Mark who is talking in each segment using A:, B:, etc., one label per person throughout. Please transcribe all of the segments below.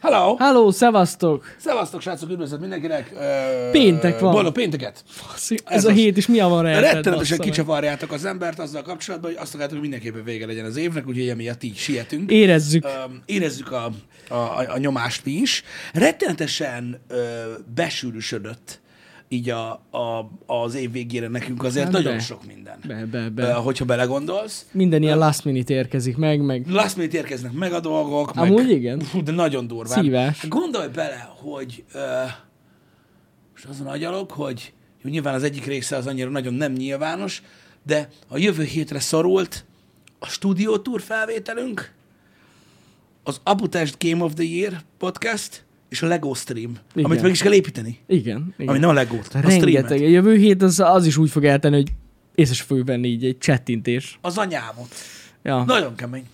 A: Hello!
B: Hello, szevasztok!
A: Szevasztok, srácok, üdvözlet mindenkinek! Ö,
B: Péntek van.
A: Boldog pénteket!
B: Faszi, Ez, a hét is mi a van rejtett,
A: Rettenetesen
B: bassza meg.
A: kicsavarjátok az embert azzal kapcsolatban, hogy azt akarjuk, hogy mindenképpen vége legyen az évnek, úgyhogy emiatt így sietünk.
B: Érezzük.
A: Ö, érezzük a, a, a, a nyomást mi is. Rettenetesen ö, besűrűsödött így a, a, az év végére nekünk azért
B: Hát
A: nagyon
B: be.
A: sok minden.
B: Be, be,
A: Ö,
B: be.
A: hogyha belegondolsz.
B: Minden ilyen last minute érkezik meg, meg
A: Last minute érkeznek meg a dolgok. Meg,
B: Amúgy igen.
A: Hú, de nagyon durván.
B: Szívás.
A: Gondolj bele, hogy uh, most azon agyalok, hogy jó, nyilván az egyik része az annyira nagyon nem nyilvános, de a jövő hétre szorult a stúdiótúr felvételünk, az Abutest Game of the Year podcast, és a Lego stream, igen.
B: Igen.
A: amit meg is kell építeni.
B: igen. igen. Hát
A: Ami nem a Legót, a
B: Rengeteg.
A: streamet.
B: A jövő hét az, az is úgy fog eltenni, hogy észre se fogjuk venni így egy csettintés.
A: Az anyámot.
B: Ja,
A: Nagyon kemény.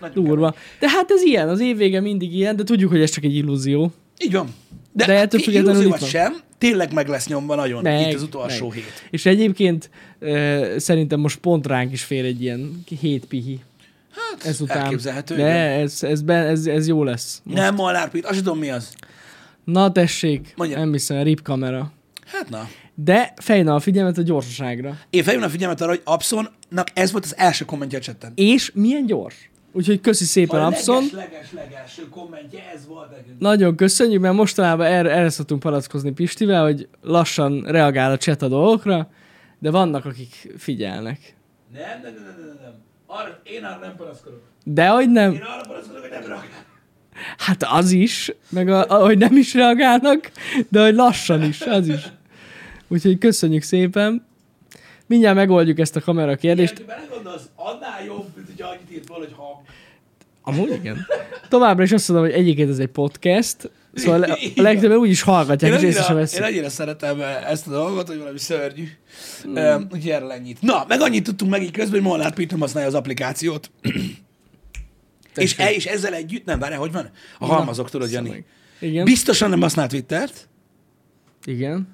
A: Nagyon
B: durva. De hát ez ilyen, az évvége mindig ilyen, de tudjuk, hogy ez csak egy illúzió.
A: Így van.
B: De ettől
A: i-
B: függetlenül
A: illúzió
B: itt
A: vagy
B: van.
A: sem, tényleg meg lesz nyomva nagyon
B: Meg,
A: itt az utolsó
B: meg.
A: hét.
B: És egyébként ö, szerintem most pont ránk is fér egy ilyen hét pihi
A: Hát,
B: ezután.
A: elképzelhető.
B: De
A: igen.
B: ez, ez, be, ez, ez jó lesz.
A: Nem Molnár Pít, azt sem tudom mi az.
B: Na tessék,
A: Mondja.
B: nem hiszem, rip kamera.
A: Hát na.
B: De fejna a figyelmet a gyorsaságra.
A: Én felhívom a figyelmet arra, hogy Absonnak ez volt az első kommentje a chatten.
B: És milyen gyors. Úgyhogy köszi szépen, Abson.
A: leges, legelső kommentje ez volt nekünk.
B: Nagyon köszönjük, mert mostanában erre, erre szoktunk palackozni Pistivel, hogy lassan reagál a chat a dolgokra, de vannak, akik figyelnek.
A: Nem, nem, nem, nem, nem, nem. Arra, én arra nem panaszkodok.
B: De hogy nem,
A: arra panaszkodok, hogy nem rakál.
B: hát az is, meg a, a, hogy nem is reagálnak, de hogy lassan is, az is. Úgyhogy köszönjük szépen. Mindjárt megoldjuk ezt a kamera kérdést.
A: ha belegondolsz, annál jobb, mint hogy annyit írt valahogy hang.
B: Amúgy igen. Továbbra is azt mondom, hogy egyébként ez egy podcast, szóval a
A: Igen.
B: legtöbben úgy is
A: Én
B: hallgatják, és észre sem
A: annyira, én
B: veszik.
A: annyira szeretem eh, ezt a dolgot, hogy valami szörnyű. Hmm. Úgyhogy erről ennyit. Na, meg annyit tudtunk meg így közben, hogy Molnár Pít nem használja az applikációt. és, e, és ezzel együtt, nem, várjál, hogy van? A halmazok, tudod, Jani.
B: Szóval- Igen.
A: Biztosan nem használ Twittert,
B: igen.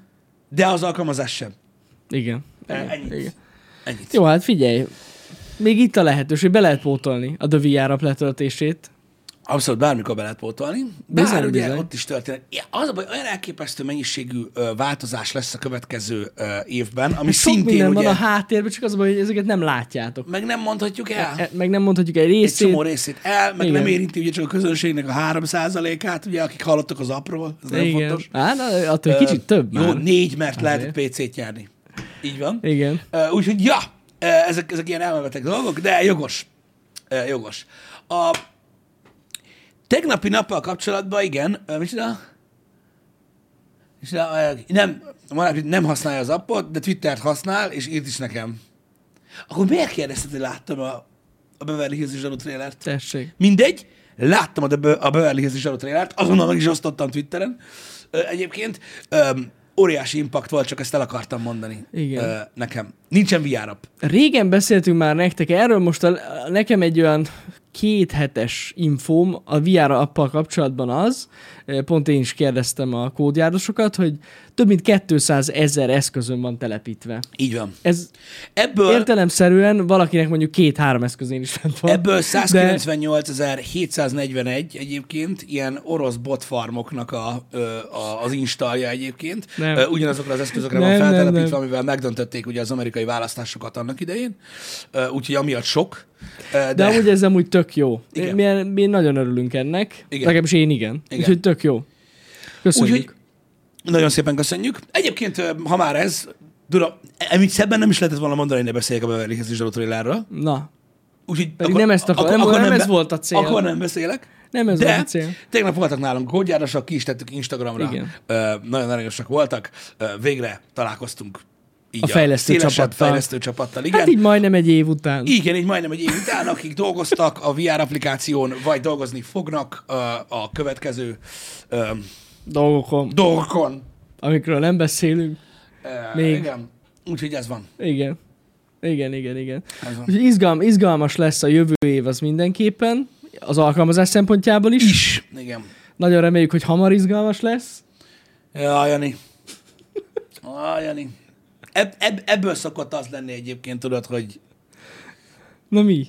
A: de az alkalmazás sem.
B: Igen.
A: E, Ennyit.
B: Igen.
A: Ennyit.
B: Jó, hát figyelj. Még itt a lehetőség, be lehet pótolni a The VR app letöltését.
A: Abszolút bármikor be lehet pótolni. Bár
B: Bizony,
A: bizony, ugye
B: bizony.
A: ott is történik. Ja, Az a baj, olyan elképesztő mennyiségű ö, változás lesz a következő ö, évben, ami
B: Sok
A: szintén
B: minden
A: ugye,
B: van a háttérben, csak az a baj, hogy ezeket nem látjátok.
A: meg nem mondhatjuk el.
B: E- Meg nem mondhatjuk egy
A: egy
B: részét.
A: csomó részét el, meg
B: Igen.
A: nem érinti ugye csak a közönségnek a 3%-át, ugye, akik hallottak az apról, ez nagyon
B: Igen.
A: fontos.
B: Á, na, attól egy kicsit több
A: Jó,
B: már.
A: négy, mert lehet PC-t járni. Így van.
B: Igen.
A: Ö, Úgyhogy, ja, ö, ezek, ezek ilyen elmebetek dolgok, de jogos. Ö, Jogos. A tegnapi nappal kapcsolatban, igen, ö, micsoda? Micsoda? Ö, Nem, Marát nem használja az appot, de Twittert használ, és írt is nekem. Akkor miért kérdezted, hogy láttam a, a Beverly Hills Zsaru trélert?
B: Tessék.
A: Mindegy, láttam a, Be- a Beverly Hills Zsaru trailert, azonnal meg is osztottam Twitteren. Ö, Egyébként öm, óriási impact volt, csak ezt el akartam mondani
B: Igen.
A: Ö, nekem. Nincsen VR app.
B: Régen beszéltünk már nektek erről, most a, a- nekem egy olyan két hetes infóm a VR appal kapcsolatban az, eh, pont én is kérdeztem a kódjárdosokat, hogy több mint 200 ezer eszközön van telepítve.
A: Így van.
B: Ez
A: Ebből,
B: értelemszerűen valakinek mondjuk két-három eszközén is fent van.
A: ebből
B: de
A: 198.741 egyébként ilyen orosz botfarmoknak a, ö, a, az installja egyébként.
B: Nem.
A: Ö, Ugyanazokra az eszközökre van
B: Nem, nem,
A: feltelepítve,
B: nem.
A: amivel megdöntötték ugye az amerikai választásokat annak idején. Ö, Úgyhogy amiatt sok. Ö, De,
B: de amúgy ez amúgy tök jó.
A: Igen.
B: Mi, mi nagyon örülünk ennek.
A: Igen.
B: Igen. Legalábbis én igen.
A: Igen.
B: igen. Úgyhogy tök jó. Köszönjük.
A: Úgyhogy nagyon szépen köszönjük. Egyébként, ö, ha már ez, Dura, e, amit szebben nem is lehetett volna mondani, hogy ne beszéljek a Beverly Hills Zsaru trailerről.
B: Na,
A: Úgyhogy
B: Pedig nem ezt akar- nem- nem ez volt a cél.
A: Akkor nem beszélek.
B: Nem ez
A: de
B: volt a cél.
A: tegnap voltak nálunk gógyárosak, ki is tettük Instagramra.
B: Igen.
A: Ö, nagyon aranyosak voltak. Ö, végre találkoztunk így
B: A fejlesztő
A: szélesebb
B: csapattal.
A: fejlesztő csapattal. Igen.
B: hát így majdnem egy év után.
A: Igen, így majdnem egy év után, akik dolgoztak a VR applikáción, vagy dolgozni fognak ö, a következő ö,
B: dolgokon,
A: dolgokon.
B: amikről nem beszélünk.
A: Ö,
B: Még.
A: Igen. Úgyhogy ez van.
B: Igen. Igen, igen, igen.
A: Ez van.
B: Úgyhogy izgalm, izgalmas lesz a jövő év az mindenképpen, az alkalmazás szempontjából is.
A: Is. Igen.
B: Nagyon reméljük, hogy hamar izgalmas lesz.
A: Ja, Jani. Ja, Jani. Eb, eb, ebből szokott az lenni egyébként, tudod, hogy
B: Na mi?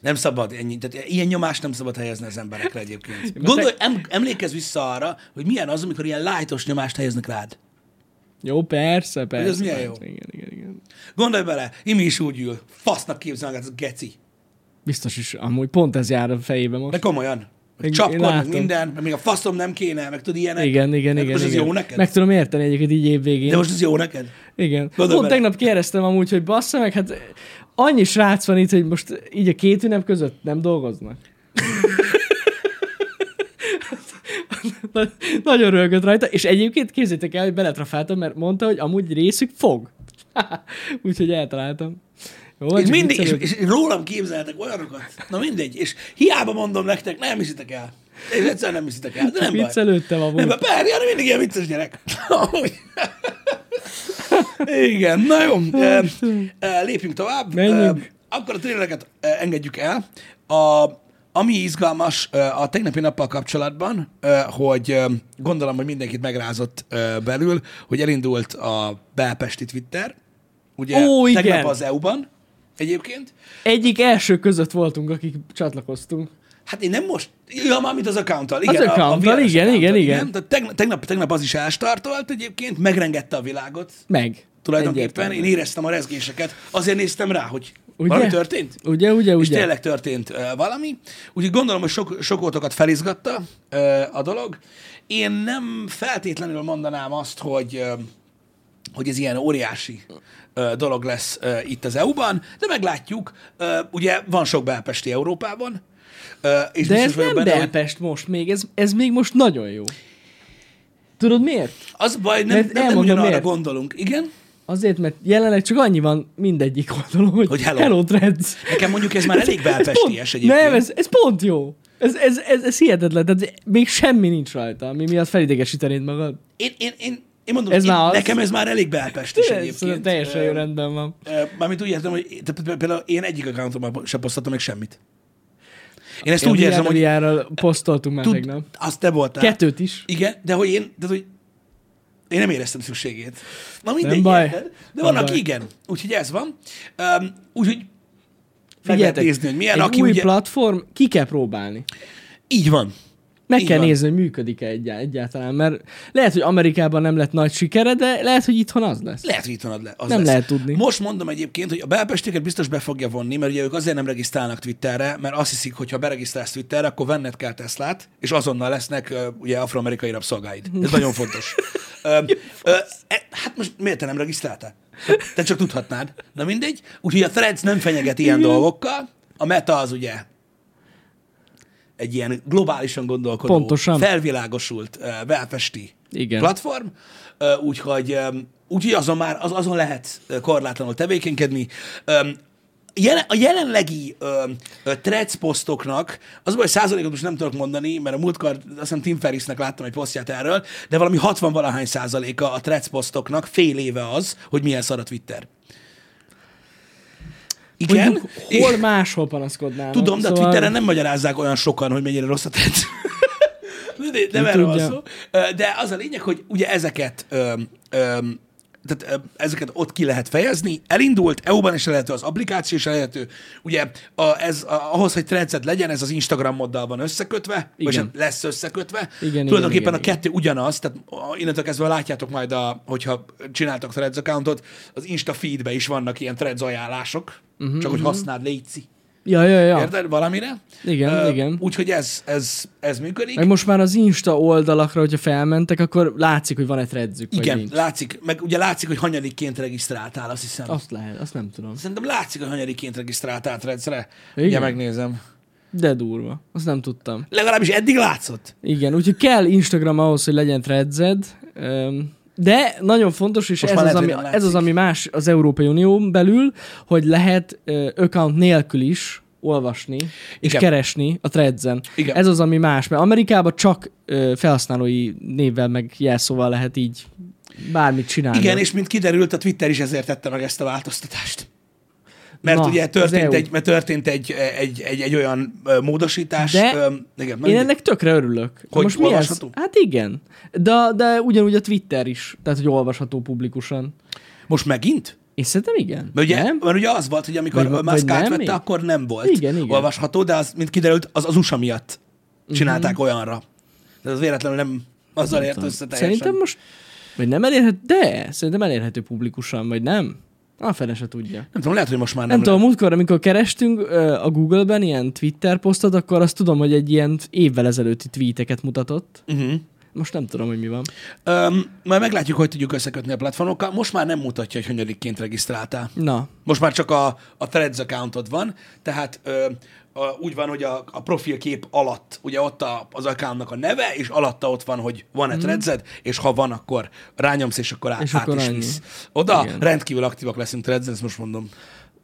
A: Nem szabad ennyi. Tehát ilyen nyomást nem szabad helyezni az emberekre egyébként. Gondolj, em, emlékezz vissza arra, hogy milyen az, amikor ilyen lájtos nyomást helyeznek rád.
B: Jó, persze, persze.
A: milyen
B: persze.
A: jó?
B: Igen, igen, igen.
A: Gondolj bele, Imi is úgy ül. Fasznak képzel magát, az geci.
B: Biztos is, amúgy pont ez jár a fejébe most.
A: De komolyan.
B: Én-
A: Hogy csapkod,
B: én
A: meg
B: látom.
A: minden, meg még a faszom nem kéne, meg tud ilyenek.
B: Igen, igen,
A: Hát
B: igen.
A: Most
B: igen.
A: ez jó neked?
B: Meg tudom érteni egyébként így évvégén.
A: De most ez jó neked?
B: Igen.
A: Gondolj bele.
B: Pont tegnap kérdeztem amúgy, hogy bassza meg, hát annyi srác van itt, hogy most így a két ünnep között nem dolgoznak. Na- Nagyon rögött rajta, és egyébként képzétek el, hogy beletrafáltam, mert mondta, hogy amúgy részük fog. Úgyhogy eltaláltam. Jó, van,
A: És
B: csak
A: mindig, és,
B: viccelődök.
A: és, rólam képzeltek olyanokat. Na mindegy, és hiába mondom nektek, nem hiszitek el. És egyszerűen nem hiszitek el, de nem baj.
B: Viccelődtem amúgy.
A: Nem, mert Per Jani mindig ilyen vicces gyerek. Amúgy. Igen, na jó. Ö, ö, Lépjünk tovább.
B: Menjünk.
A: Ö, Akkor a trélereket ö, engedjük el. A, ami izgalmas ö, a tegnapi nappal kapcsolatban, ö, hogy ö, gondolom, hogy mindenkit megrázott ö, belül, hogy elindult a belpesti Twitter, ugye
B: Ó, igen.
A: tegnap az EU-ban egyébként.
B: Egyik első között voltunk, akik csatlakoztunk.
A: Hát én nem most, ja, mármint az accounttal. Igen,
B: accounttal,
A: véres
B: igen, igen,
A: accounttal,
B: igen.
A: Tehát tegnap, tegnap, tegnap az is elstartolt egyébként, megrengette a világot
B: Meg.
A: tulajdonképpen.
B: Egyértelműen.
A: Én éreztem a rezgéseket, azért néztem rá, hogy
B: Ugye?
A: valami történt.
B: Ugye, ugye,
A: És
B: ugye.
A: tényleg történt ö, valami. Úgyhogy gondolom, hogy sok, sokotokat felizgatta ö, a dolog. Én nem feltétlenül mondanám azt, hogy ö, hogy ez ilyen óriási ö, dolog lesz ö, itt az EU-ban, de meglátjuk. Ö, ugye van sok belpesti Európában. Ö, és
B: De
A: biztos
B: ez
A: vagyok
B: nem
A: benne, hogy
B: Belpest most még, ez, ez még most nagyon jó. Tudod miért?
A: Az a baj, nem, nem,
B: Mert
A: nem
B: elmondom,
A: ugyanarra
B: miért.
A: gondolunk. Igen?
B: Azért, mert jelenleg csak annyi van mindegyik oldalon, hogy,
A: Hogy hello.
B: hello Threads.
A: Nekem mondjuk ez már elég belpesties
B: pont-
A: egyébként.
B: Nem, ez, ez pont jó. Ez, ez, ez, ez hihetetlen, tehát még semmi nincs rajta, ami miatt felidegesítenéd magad.
A: Én, én, én, én mondom,
B: Ez
A: én,
B: már az.
A: nekem ez már elég belpestis
B: Ez
A: egyébként. eh,
B: teljesen
A: Ö,
B: jó rendben van.
A: Ö, Mármint úgy értem, hogy te- p- például én egyik accountomban sem posztoltam meg semmit. Én ezt úgy érzem, hogy
B: Járral posztoltunk már
A: tud,
B: tegnap.
A: azt te voltál.
B: Kettőt is.
A: Igen, de hogy én, de hogy én nem éreztem szükségét. Na mindegy,
B: Nem baj.
A: érted? De
B: Nem
A: van, aki
B: baj.
A: igen. Úgyhogy ez van. Um, úgyhogy meg lehet
B: Figyeljetek,
A: nézni, hogy milyen,
B: egy
A: aki
B: új
A: ugye...
B: platform, ki kell próbálni.
A: Így van.
B: Meg
A: Így
B: kell
A: van.
B: nézni, hogy működik-e egy- egyáltalán, mert lehet, hogy Amerikában nem lett nagy sikere, de lehet, hogy itthon az lesz.
A: Lehet, hogy itt van le. Az
B: Nem
A: lesz.
B: lehet tudni.
A: Most mondom egyébként, hogy a belpestéket biztos be fogja vonni, mert ugye ők azért nem regisztrálnak Twitterre, mert azt hiszik, hogy ha beregisztrálsz Twitterre, akkor venned kell Teslát, és azonnal lesznek ö, ugye afroamerikai rabszolgáid. Ez nagyon fontos. Ö, ö, e, hát most miért te nem regisztráltál? Te csak tudhatnád. Na mindegy. Úgyhogy a Threads nem fenyeget ilyen dolgokkal. A meta az ugye egy ilyen globálisan gondolkodó,
B: Pontosan.
A: felvilágosult, ö, belpesti
B: Igen.
A: platform, ö, úgyhogy, öm, úgyhogy azon már az, azon lehet ö, korlátlanul tevékenykedni. Öm, jelen- A jelenlegi öm, ö, threads posztoknak, az hogy százalékot most nem tudok mondani, mert a múltkor azt hiszem Tim Ferrisnek láttam egy posztját erről, de valami 60 valahány százaléka a threads posztoknak fél éve az, hogy milyen szar a Twitter. Igen,
B: Mondjuk, hol máshol panaszkodnának.
A: Tudom, de szóval... a Twitteren nem magyarázzák olyan sokan, hogy mennyire rossz a tetsz. nem nem
B: Ki
A: erről van
B: tudja.
A: szó. Ö, De az a lényeg, hogy ugye ezeket, öm, öm, tehát öm, ezeket ott ki lehet fejezni. Elindult, EU-ban is elérhető, az applikáció is elérhető. Ugye a, ez, a, ahhoz, hogy trendszet legyen, ez az Instagramoddal van összekötve, igen. vagy
B: Igen.
A: hát lesz összekötve.
B: igen,
A: Tulajdonképpen
B: igen,
A: a kettő ugyanaz, tehát a- innentől kezdve látjátok majd, a, hogyha csináltak Threads accountot, az Insta feedbe is vannak ilyen Threads ajánlások,
B: Mhm,
A: uh-huh, csak hogy használd, légy
B: Ja, ja, ja.
A: Érted? Valamire?
B: Igen,
A: Ö,
B: igen.
A: Úgyhogy ez, ez, ez működik.
B: Meg most már az Insta oldalakra, hogyha felmentek, akkor látszik, hogy van egy redzük, vagy
A: igen,
B: nincs.
A: látszik, meg ugye látszik, hogy hanyadiként regisztráltál, azt hiszem.
B: Azt lehet, azt nem tudom.
A: Szerintem látszik, hogy hanyadiként regisztráltál rendszere.
B: Igen.
A: Ugye megnézem.
B: De durva. Azt nem tudtam.
A: Legalábbis eddig látszott.
B: Igen, úgyhogy kell Instagram ahhoz, hogy legyen redzed. De nagyon fontos, és
A: Most
B: ez
A: már
B: az,
A: lehet,
B: ami,
A: hogy nem
B: ez az,
A: látszik.
B: ami más az Európai Unión belül, hogy lehet ö, account nélkül is olvasni és
A: Igen.
B: keresni a threadsen.
A: Igen.
B: Ez az, ami más, mert Amerikában csak ö, felhasználói névvel meg jelszóval lehet így bármit csinálni.
A: Igen, és mint kiderült, a Twitter is ezért tette meg ezt a változtatást. Mert
B: Na,
A: ugye
B: az
A: történt,
B: EU.
A: egy, mert történt egy, egy, egy, egy olyan ö, módosítás.
B: De
A: ö, igen,
B: Én
A: mindegy.
B: ennek tökre örülök. De
A: Hogy
B: mi ez?
A: olvasható?
B: Hát igen. De, de ugyanúgy a Twitter is, tehát hogy olvasható publikusan.
A: Most megint?
B: Én szerintem igen.
A: Mert ugye,
B: nem?
A: mert ugye az volt, hogy amikor
B: Vagy-
A: vagy,
B: vagy
A: Musk
B: nem
A: átvette,
B: még?
A: akkor nem volt
B: Igen, igen.
A: olvasható, de az, mint kiderült, az az USA miatt csinálták
B: Mhm.
A: olyanra. Tehát az véletlenül nem azzal ért össze teljesen.
B: Szerintem most, vagy nem elérhető, de szerintem elérhető publikusan, vagy nem? A fene se tudja.
A: nem tudom, lehet, hogy most már nem.
B: Nem tudom, múltkor, amikor kerestünk ö, a Google-ben ilyen Twitter posztot, akkor azt tudom, hogy egy ilyen évvel ezelőtti tweeteket mutatott.
A: Uh-huh.
B: Most nem tudom, hogy mi van.
A: Öm, majd meglátjuk, hogy tudjuk összekötni a platformokkal. Most már nem mutatja, hogy hanyadikként regisztráltál.
B: Na,
A: Most már csak a, a Threads accountod van, tehát ö, a, úgy van, hogy a, a profilkép alatt, ugye ott a, az accountnak a neve, és alatta ott van, hogy van-e mm. Threadsed, és ha van, akkor rányomsz, és akkor, á,
B: Mhm. És
A: át
B: akkor
A: is
B: annyi.
A: visz. Oda Igen.
B: Igen.
A: rendkívül aktívak leszünk Threads, ezt most mondom.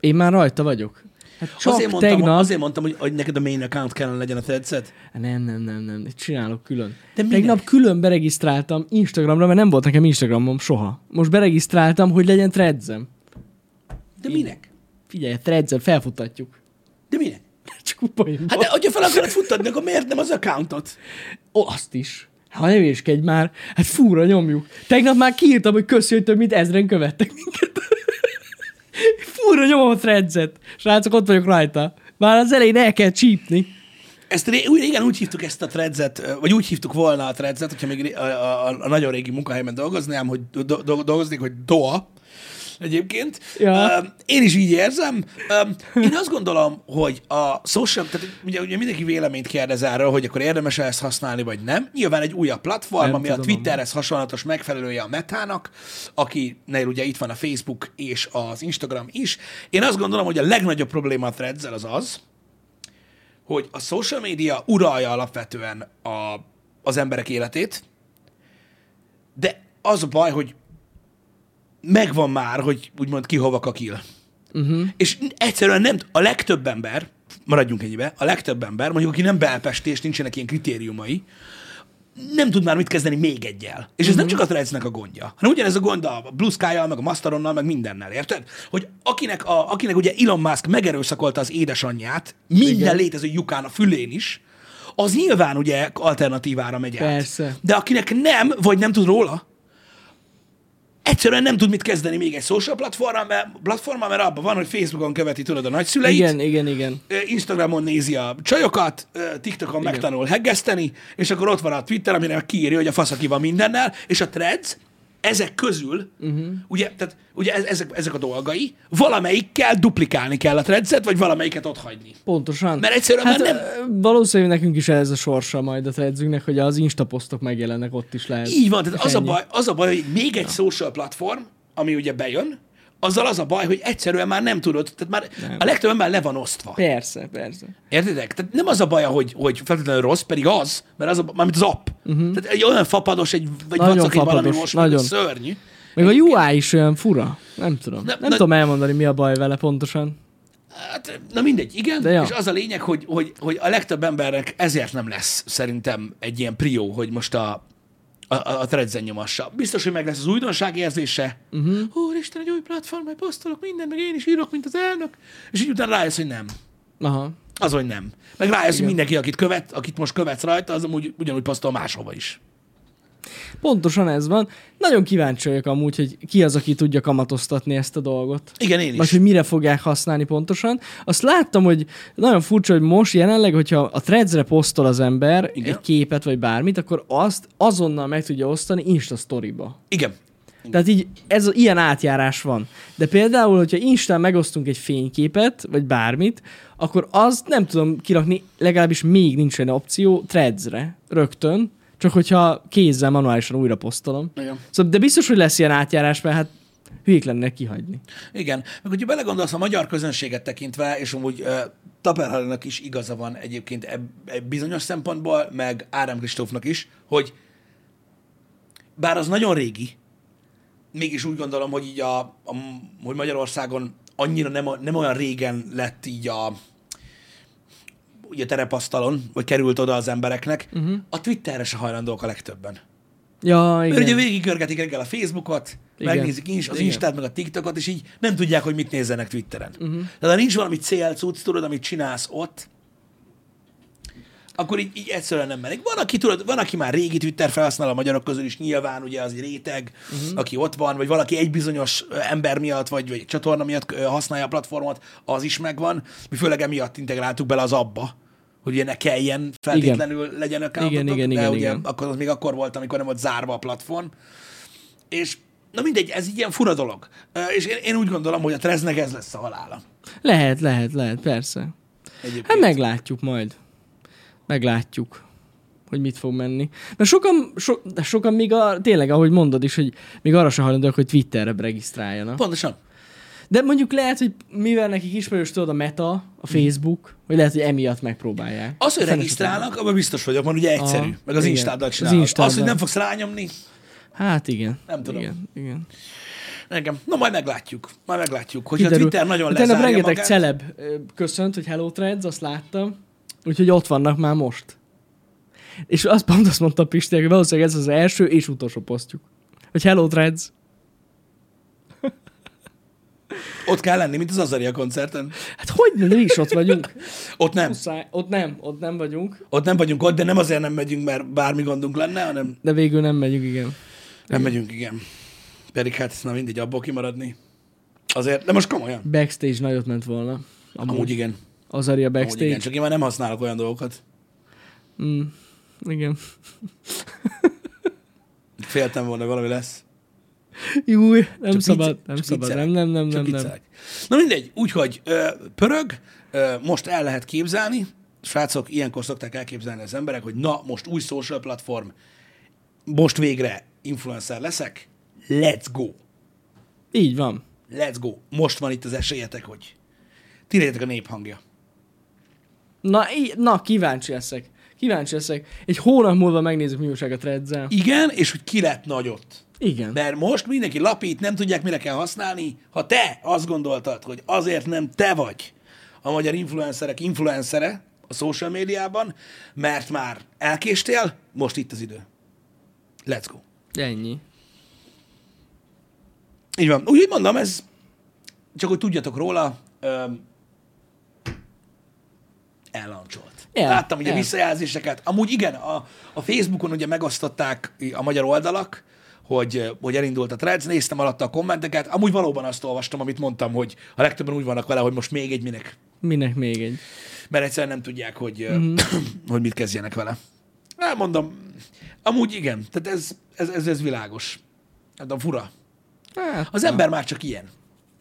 B: én már rajta vagyok. Hát csak
A: azért, mondtam,
B: tegnap...
A: azért mondtam, hogy, hogy neked a main account kellene legyen a Threadsed.
B: Nem, nem, nem, nem, csinálok külön.
A: De
B: De
A: minek?
B: Tegnap külön beregisztráltam Instagramra, mert nem volt nekem Instagramom soha. Most beregisztráltam, hogy legyen threadzem.
A: De minek?
B: Figyelj, threadzem, felfutatjuk.
A: De minek?
B: Csak úgy poénból.
A: Hát de, hogyha fel akarod futtatni, akkor miért nem az accountot?
B: Ó, azt is. Ha nem éskedj már, hát fúra nyomjuk. Tegnap már kiírtam, hogy köszi, hogy több mint ezren követtek minket. fúra nyomom a threadzet. Srácok, ott vagyok rajta. Már az elején el kell csípni.
A: Ezt ré, úgy, igen, úgy hívtuk ezt a tredzet, vagy úgy hívtuk volna a tredzet, hogyha még ré- a, a, a nagyon régi munkahelyemen dolgoznám, hogy do, do, dolgoznék, hogy DOA egyébként.
B: Ja.
A: Öm, Én is így érzem. Öm, Én azt gondolom, hogy a social, tehát ugye, ugye mindenki véleményt kérdez erről, hogy akkor érdemes ezt használni, vagy nem. Nyilván egy újabb platform,
B: Nem
A: ami a
B: tudom,
A: Twitter Twitterhez hasonlatos megfelelője a Metának, akinél ugye itt van a Facebook és az Instagram is. Én azt gondolom, hogy a legnagyobb probléma a threads az az, hogy a social media uralja alapvetően a, az emberek életét, de az a baj, hogy megvan már, hogy úgymond ki hova kakil. Uh-huh. És egyszerűen nem, a legtöbb ember, maradjunk ennyibe, a legtöbb ember, mondjuk aki nem belpesti, és nincsenek ilyen kritériumai, nem tud már mit kezdeni még egyel. És ez nem csak a Threadsnek a gondja, hanem ugyanez a gond a Blue Sky-jal, meg a Masteronnal, meg mindennel, érted? Hogy akinek, a, akinek ugye Elon Musk megerőszakolta az édesanyját, minden Igen. létező lyukán a fülén is, az nyilván ugye alternatívára megy át.
B: Persze.
A: De akinek nem, vagy nem tud róla, egyszerűen nem tud mit kezdeni még egy social platformmal, mert, platformmal, mert abban van, hogy Facebookon követi tudod a nagyszüleit,
B: Igen, igen, igen.
A: ö, Instagramon nézi a csajokat, ö, TikTokon Igen. megtanul heggeszteni, és akkor ott van a Twitter, amire kiírja, hogy a fasz aki van mindennel, és a threads ezek közül, uh-huh. ugye, tehát, ugye ez- ezek, ezek a dolgai, valamelyikkel duplikálni kell a threadset, vagy valamelyiket ott hagyni.
B: Pontosan.
A: Mert egyszerűen
B: hát,
A: már
B: ö, Valószínűleg nekünk is ez a sorsa majd a threadzünknek, hogy az instaposztok megjelennek ott is lehet.
A: Így van, tehát
B: És
A: az a,
B: ennyi.
A: baj, az a baj, hogy még egy social platform, ami ugye bejön, azzal az a baj, hogy egyszerűen már nem tudod, tehát már nem. a legtöbb ember le van osztva.
B: Persze, persze.
A: Értitek? Tehát nem az a baja, hogy, hogy feltétlenül rossz, pedig az, mert az a, mármint az app. Uh-huh. Tehát egy olyan fapados, egy, vagy
B: Mhm. Nagyon
A: vacaki valami
B: fapados,
A: most,
B: nagyon.
A: szörnyű.
B: Meg a UI is olyan fura. Nem tudom.
A: Na-
B: Nem,
A: na-
B: nem tudom elmondani, mi a baj vele pontosan.
A: Hát, na mindegy, igen,
B: De ja.
A: és az a lényeg, hogy, hogy, hogy a legtöbb embernek ezért nem lesz szerintem egy ilyen prió, hogy most a, a, a, a threads nyomassa. Biztos, hogy meg lesz az újdonság érzése.
B: Mhm.
A: Uh-huh. Úristen, egy új platform, meg posztolok mindent, meg én is írok, mint az elnök. És így utána rájössz, hogy nem.
B: Aha.
A: Az, hogy nem. Meg rájössz, hogy mindenki, akit, követ, akit most követsz rajta, az amúgy ugyanúgy posztol máshova is.
B: Pontosan ez van. Nagyon kíváncsi vagyok amúgy, hogy ki az, aki tudja kamatoztatni ezt a dolgot.
A: Igen, én is.
B: Vagy hogy mire fogják használni pontosan. Azt láttam, hogy nagyon furcsa, hogy most jelenleg, hogyha a threadsre posztol az ember
A: Igen.
B: Igen. egy képet vagy bármit, akkor azt azonnal meg tudja osztani Insta storyba.
A: Igen.
B: Tehát így ez ilyen átjárás van. De például, hogyha Instán megosztunk egy fényképet, vagy bármit, akkor azt nem tudom kirakni, legalábbis még nincsen opció threadsre, rögtön, csak hogyha kézzel manuálisan újra posztolom.
A: Igen.
B: Szóval, de biztos, hogy lesz ilyen átjárás, mert hát hülyék lenne kihagyni.
A: Igen. Meg hogyha belegondolsz a magyar közönséget tekintve, és amúgy uh, Taperhalinak is igaza van egyébként eb- eb- bizonyos szempontból, meg Ádám Kristófnak is, hogy bár az nagyon régi, mégis úgy gondolom, hogy így a, a hogy Magyarországon annyira nem, o- nem olyan régen lett így a ugye terepasztalon, vagy került oda az embereknek, uh-huh. a Twitterre se hajlandók a legtöbben.
B: Ja, igen.
A: Mert ugye végigörgetik reggel a Facebookot,
B: Igen.
A: megnézik is, az
B: Igen.
A: Instát, meg a TikTokot, és így nem tudják, hogy mit nézzenek
B: Mhm.
A: Twitteren. Uh-huh. Tehát ha nincs valami célcuc, tudod, amit csinálsz ott, akkor így, így egyszerűen nem merik. Van, aki, tudod, van, aki már régi Twitter felhasznál a magyarok közül is, nyilván ugye az egy réteg,
B: Mhm.
A: uh-huh. aki ott van, vagy valaki egy bizonyos ö, ember miatt, vagy, vagy csatorna miatt ö, használja a platformot, az is megvan. Mi főleg emiatt integráltuk bele az abba, hogy ugye ne kelljen feltétlenül igen. legyen accountotok,
B: Igen, igen,
A: de
B: igen,
A: ugye
B: igen.
A: Akkor, az még akkor volt, amikor nem volt zárva a platform. És na mindegy, ez így ilyen fura dolog. Ö, És én, én úgy gondolom, hogy a Treznek ez lesz a halála.
B: Lehet, lehet, lehet, persze.
A: Egyébként.
B: Hát meglátjuk majd. Meglátjuk, hogy mit fog menni. Mert sokan, so, de sokan még a, tényleg, ahogy mondod is, hogy még arra sem hajlandóak, hogy Twitterre regisztráljanak.
A: Pontosan.
B: De mondjuk lehet, hogy mivel nekik ismerős tudod a meta, a Facebook, hogy lehet, hogy emiatt megpróbálják.
A: Mhm. Az, hogy
B: Fene se
A: regisztrálnak, abban biztos vagyok, mert ugye egyszerű.
B: Aha,
A: meg az
B: igen.
A: Instáddal
B: Az
A: csinálod. Az,
B: Instáddal.
A: hogy nem fogsz rányomni,
B: tudja. Hát igen.
A: Nem tudom.
B: Igen, igen.
A: engem. Na majd meglátjuk. Majd meglátjuk, hogy a
B: Kiderül.
A: Twitter nagyon
B: Utána
A: lezárja
B: rengeteg
A: magát.
B: celeb ö, köszönt, hogy Hello Threads, azt láttam. Úgyhogy ott vannak már most. És azt pont azt mondta Pisti, hogy valószínűleg ez az első és utolsó posztjuk. Hogy Hello Threads.
A: Ott kell lenni, mint az Azaria koncerten.
B: Hát hogy nem, mi is ott vagyunk.
A: Ott nem.
B: Muszáj. Ott nem, ott nem vagyunk.
A: Ott nem vagyunk ott, de nem azért nem megyünk, mert bármi gondunk lenne, hanem
B: De végül nem megyünk, igen.
A: nem megyünk, igen. Pedig hát na mindegy, abból kimaradni. Azért, de most komolyan.
B: Backstage nagyot ment volna. Amúgy.
A: Amúgy
B: Amúgy.
A: igen.
B: Az Aria
A: Amúgy igen.
B: backstage.
A: Csak én már nem használok olyan dolgokat.
B: Mm, igen.
A: Féltem volna, valami lesz.
B: Júj, nem
A: Csak
B: szabad,
A: vicce-
B: nem
A: csak
B: szabad,
A: viccelek.
B: nem, nem, nem,
A: Csak
B: nem, nem.
A: viccelek. Na mindegy, úgyhogy ö, pörög, ö, most el lehet képzelni, srácok, ilyenkor szokták elképzelni az emberek, hogy na, most új social platform, most végre influencer leszek, let's go,
B: Így van.
A: let's go. Most van itt az esélyetek, hogy ti legyetek a néphangja.
B: Na, í- na, kíváncsi leszek. Kíváncsi leszek. Egy hónap múlva megnézzük, mi újság a threads
A: Igen, és hogy ki lett nagyot.
B: Igen.
A: Mert most mindenki lapít, nem tudják, mire kell használni. Ha te azt gondoltad, hogy azért nem te vagy a magyar influencerek influencere a social médiában, mert már elkéstél, most itt az idő. Let's go.
B: Ennyi.
A: Így van. Úgy mondom, ez csak hogy tudjatok róla, öm, ellancsolt.
B: El,
A: Láttam ugye
B: el.
A: visszajelzéseket. Amúgy igen, a, a Facebookon ugye megosztották a magyar oldalak, hogy, hogy elindult a threads, néztem alatta a kommenteket. Amúgy valóban azt olvastam, amit mondtam, hogy a legtöbben úgy vannak vele, hogy most még egy minek.
B: Minek még egy?
A: Mert egyszerűen nem tudják, hogy, mm. hogy mit kezdjenek vele. Nem mondom, amúgy igen, tehát ez, ez, ez, ez világos. Nem tudom, fura.
B: Hát,
A: Az ember már csak ilyen.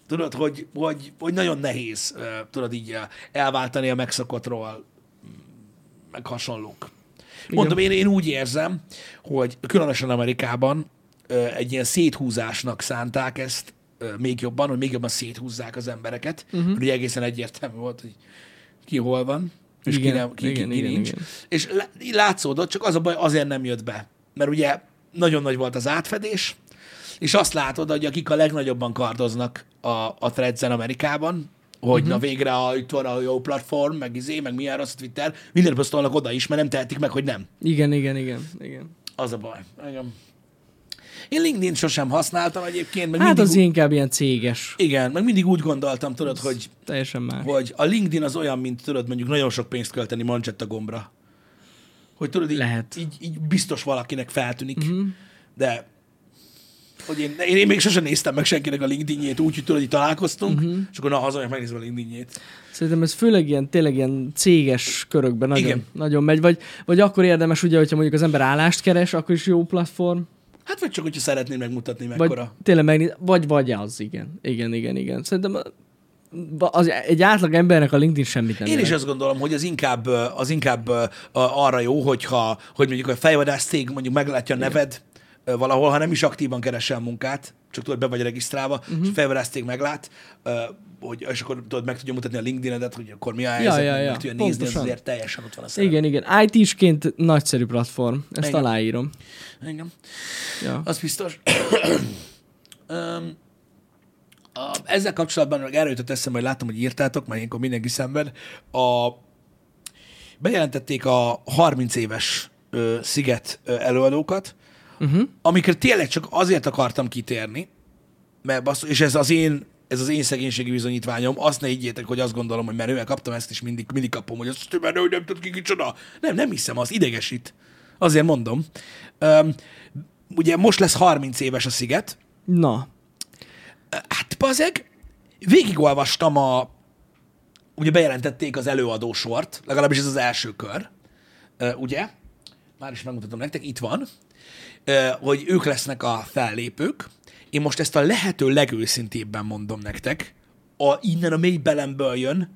A: Tudod, hogy, hogy, hogy nagyon nehéz, ö, tudod így ö, elváltani a megszokottról, mm, meg hasonlók. Mondom, én, én úgy érzem, hogy különösen Amerikában ö, egy ilyen széthúzásnak szánták ezt ö, még jobban, hogy még jobban széthúzzák az embereket. Uh-huh. Mert ugye egészen egyértelmű volt, hogy ki hol van, és igen, ki, nem, ki, igen, ki, ki igen, nincs. Igen. És lá- látszódott, csak az a baj, azért nem jött be. Mert ugye nagyon nagy volt az átfedés, és azt látod, hogy akik a legnagyobban kardoznak a, a threads Amerikában, hogy uh-huh. na végre a, itt van a jó platform, meg izé, meg milyen rossz a Twitter, minden posztolnak oda is, mert nem tehetik meg, hogy nem.
B: igen, igen, igen, igen.
A: Az a baj. Igen. Én LinkedIn sosem használtam egyébként, meg
B: Hát
A: mindig,
B: az
A: az...
B: inkább ilyen céges.
A: igen, meg mindig úgy gondoltam, tudod, hogy,
B: Teljesen már.
A: hogy a LinkedIn az olyan, mint tudod, mondjuk nagyon sok pénzt költeni mancsetta gombra. Hogy tudod, így,
B: Lehet. Mhm.
A: Így, így biztos valakinek feltűnik, uh-huh. de hogy én, én, én még sosem néztem meg senkinek a LinkedIn-jét úgy, hogy tudod, hogy találkoztunk,
B: Mhm.
A: uh-huh. és akkor na, hazamegyek, megnézem a LinkedIn-jét.
B: Szerintem ez főleg ilyen, tényleg ilyen céges körökben nagyon,
A: Igen.
B: nagyon megy. Vagy, vagy akkor érdemes, ugye, hogyha mondjuk az ember állást keres, akkor is jó platform.
A: Hát vagy csak, hogyha szeretném megmutatni
B: Vagy
A: mekkora.
B: tényleg megnéz... Vagy vagy az, igen. Igen, igen, igen. Szerintem a- ba- az, egy átlag embernek a LinkedIn semmit nem
A: Én is
B: jelent.
A: azt gondolom, hogy az inkább, ö, az inkább ö, a- arra jó, hogyha, hogy mondjuk a fejvadász cég mondjuk meglátja a neved ö, valahol, ha nem is aktívan keresel munkát, csak tudod, be vagy regisztrálva, uh-huh.
B: Mhm.
A: és a fejvadász cég meglát, ö, hogy, és akkor tudod, meg tudja mutatni a LinkedIn-edet, hogy akkor mi a helyzet,
B: ja,
A: meg
B: ja,
A: tudja nézni, az
B: pontosan.
A: azért teljesen ott van a szerep.
B: Igen, igen. IT-sként nagyszerű platform. Ezt
A: Igen.
B: igen. aláírom.
A: Igen.
B: Ja.
A: Az biztos. Öm, a, ezzel kapcsolatban meg erről jutott eszembe, hogy láttam, hogy írtátok, mert ilyenkor mindenki szenved. A, bejelentették a 30 éves ö, sziget ö, előadókat, uh-huh. amikre tényleg csak azért akartam kitérni, mert basszus, és ez az én ez az én szegénységi bizonyítványom. Azt ne higgyétek, hogy azt gondolom, hogy mert ő kaptam ezt, és mindig, mindig kapom, hogy azt mert ő nem tud ki kicsoda. Nem, nem hiszem, az idegesít. Azért mondom. Öm, ugye most lesz 30 éves a sziget.
B: Na,
A: Hát, bazeg, végigolvastam a... Ugye bejelentették az előadósort, legalábbis ez az első kör, Ö, ugye? Már is megmutatom nektek, itt van, Ö, hogy ők lesznek a fellépők. Én most ezt a lehető legőszintébben mondom nektek. A, innen a mély belemből jön,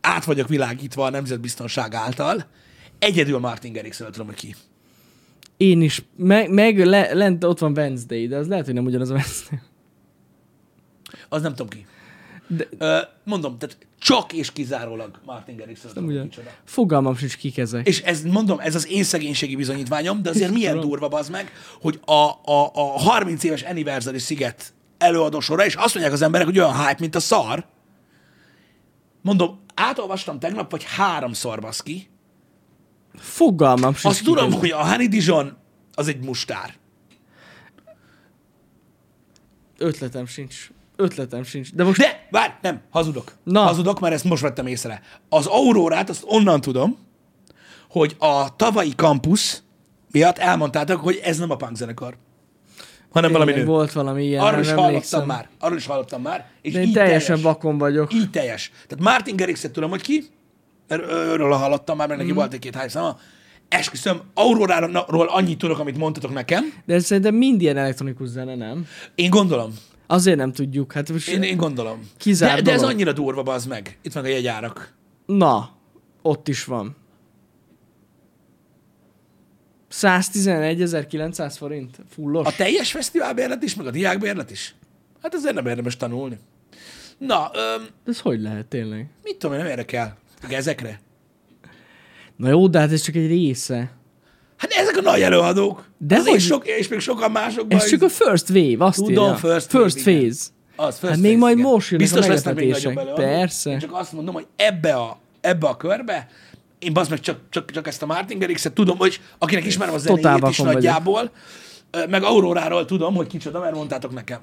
A: át vagyok világítva a nemzetbiztonság által. Egyedül Martin Gerixről tudom, hogy ki.
B: én is, meg, meg le, lent ott van Wednesday, de az lehet, hogy nem ugyanaz a Wednesday.
A: Az nem tudom ki.
B: De-
A: Ö, mondom, tehát csak és kizárólag Martin Gerixről
B: Nem
A: tudom, hogy
B: ugyan.
A: kicsoda.
B: Fogalmam sincs kik ezek.
A: És ez, mondom, ez az én szegénységi bizonyítványom, de azért milyen durva az meg, hogy a, a, a 30 éves Anniversary Sziget előadósora, és azt mondják az emberek, hogy olyan hype, mint a szar. Mondom, átolvastam tegnap, vagy háromszor baszki.
B: Fogalmam sincs
A: Azt
B: kik
A: tudom,
B: ezek.
A: hogy a Honey Dijon az egy mustár.
B: Ötletem sincs. Ötletem sincs. De most
A: De, várj, nem, hazudok. Na.
B: Na.
A: Hazudok, mert ezt most vettem észre. Az aurórát azt onnan tudom, hogy a tavalyi kampusz miatt elmondtátok, hogy ez nem a punk zenekar, hanem valami
B: tényleg
A: nő.
B: volt valami ilyen,
A: Arról is
B: nem
A: hallottam
B: emlékszem.
A: már. Arról is hallottam már. És
B: De
A: így
B: én teljesen
A: teljes,
B: vakon vagyok.
A: Így teljes. Tehát Martin Gerixet tudom, hogy ki, mert őről hallottam már, mert
B: Mhm.
A: neki volt egy-két hány száma. Esküszöm, Auróráról annyit tudok, amit mondtatok nekem.
B: De ez szerintem mind ilyen elektronikus zene, nem?
A: Én gondolom.
B: Azért nem tudjuk. Hát most...
A: Én, én gondolom.
B: Kizár
A: de, de ez
B: dolog.
A: annyira durva, az meg. Itt meg a jegyárak.
B: Na, ott is van. 111.900 forint fullos.
A: A teljes fesztiválbérlet is, meg a diákbérlet is. Hát ezért nem érdemes tanulni. Na, öm,
B: Ez hogy lehet tényleg?
A: mit tudom én, nem érdekel. Meg Ezekre.
B: Na jó, de hát ez csak egy része.
A: Hát ezek a nagy előadók.
B: De
A: De az
B: hogy-
A: és, sok, és még sokan mások.
B: Ez csak a first wave, azt
A: Tudom,
B: írja.
A: first wave,
B: first
A: igen.
B: phase.
A: Az, first
B: Hát
A: phase,
B: még majd
A: igen.
B: most jönnek
A: Biztos
B: a
A: lesznek még
B: meglepetések.
A: nagyobb előadók.
B: Persze.
A: Én csak azt mondom, hogy ebbe a, ebbe a körbe, én bazd meg csak, csak, csak ezt a Martin Gerixet tudom, hogy akinek ismerem a
B: Totál
A: zenéjét is
B: vakon vagyok.
A: nagyjából, ö, meg Auróráról tudom, hogy kicsoda, mert mondtátok nekem.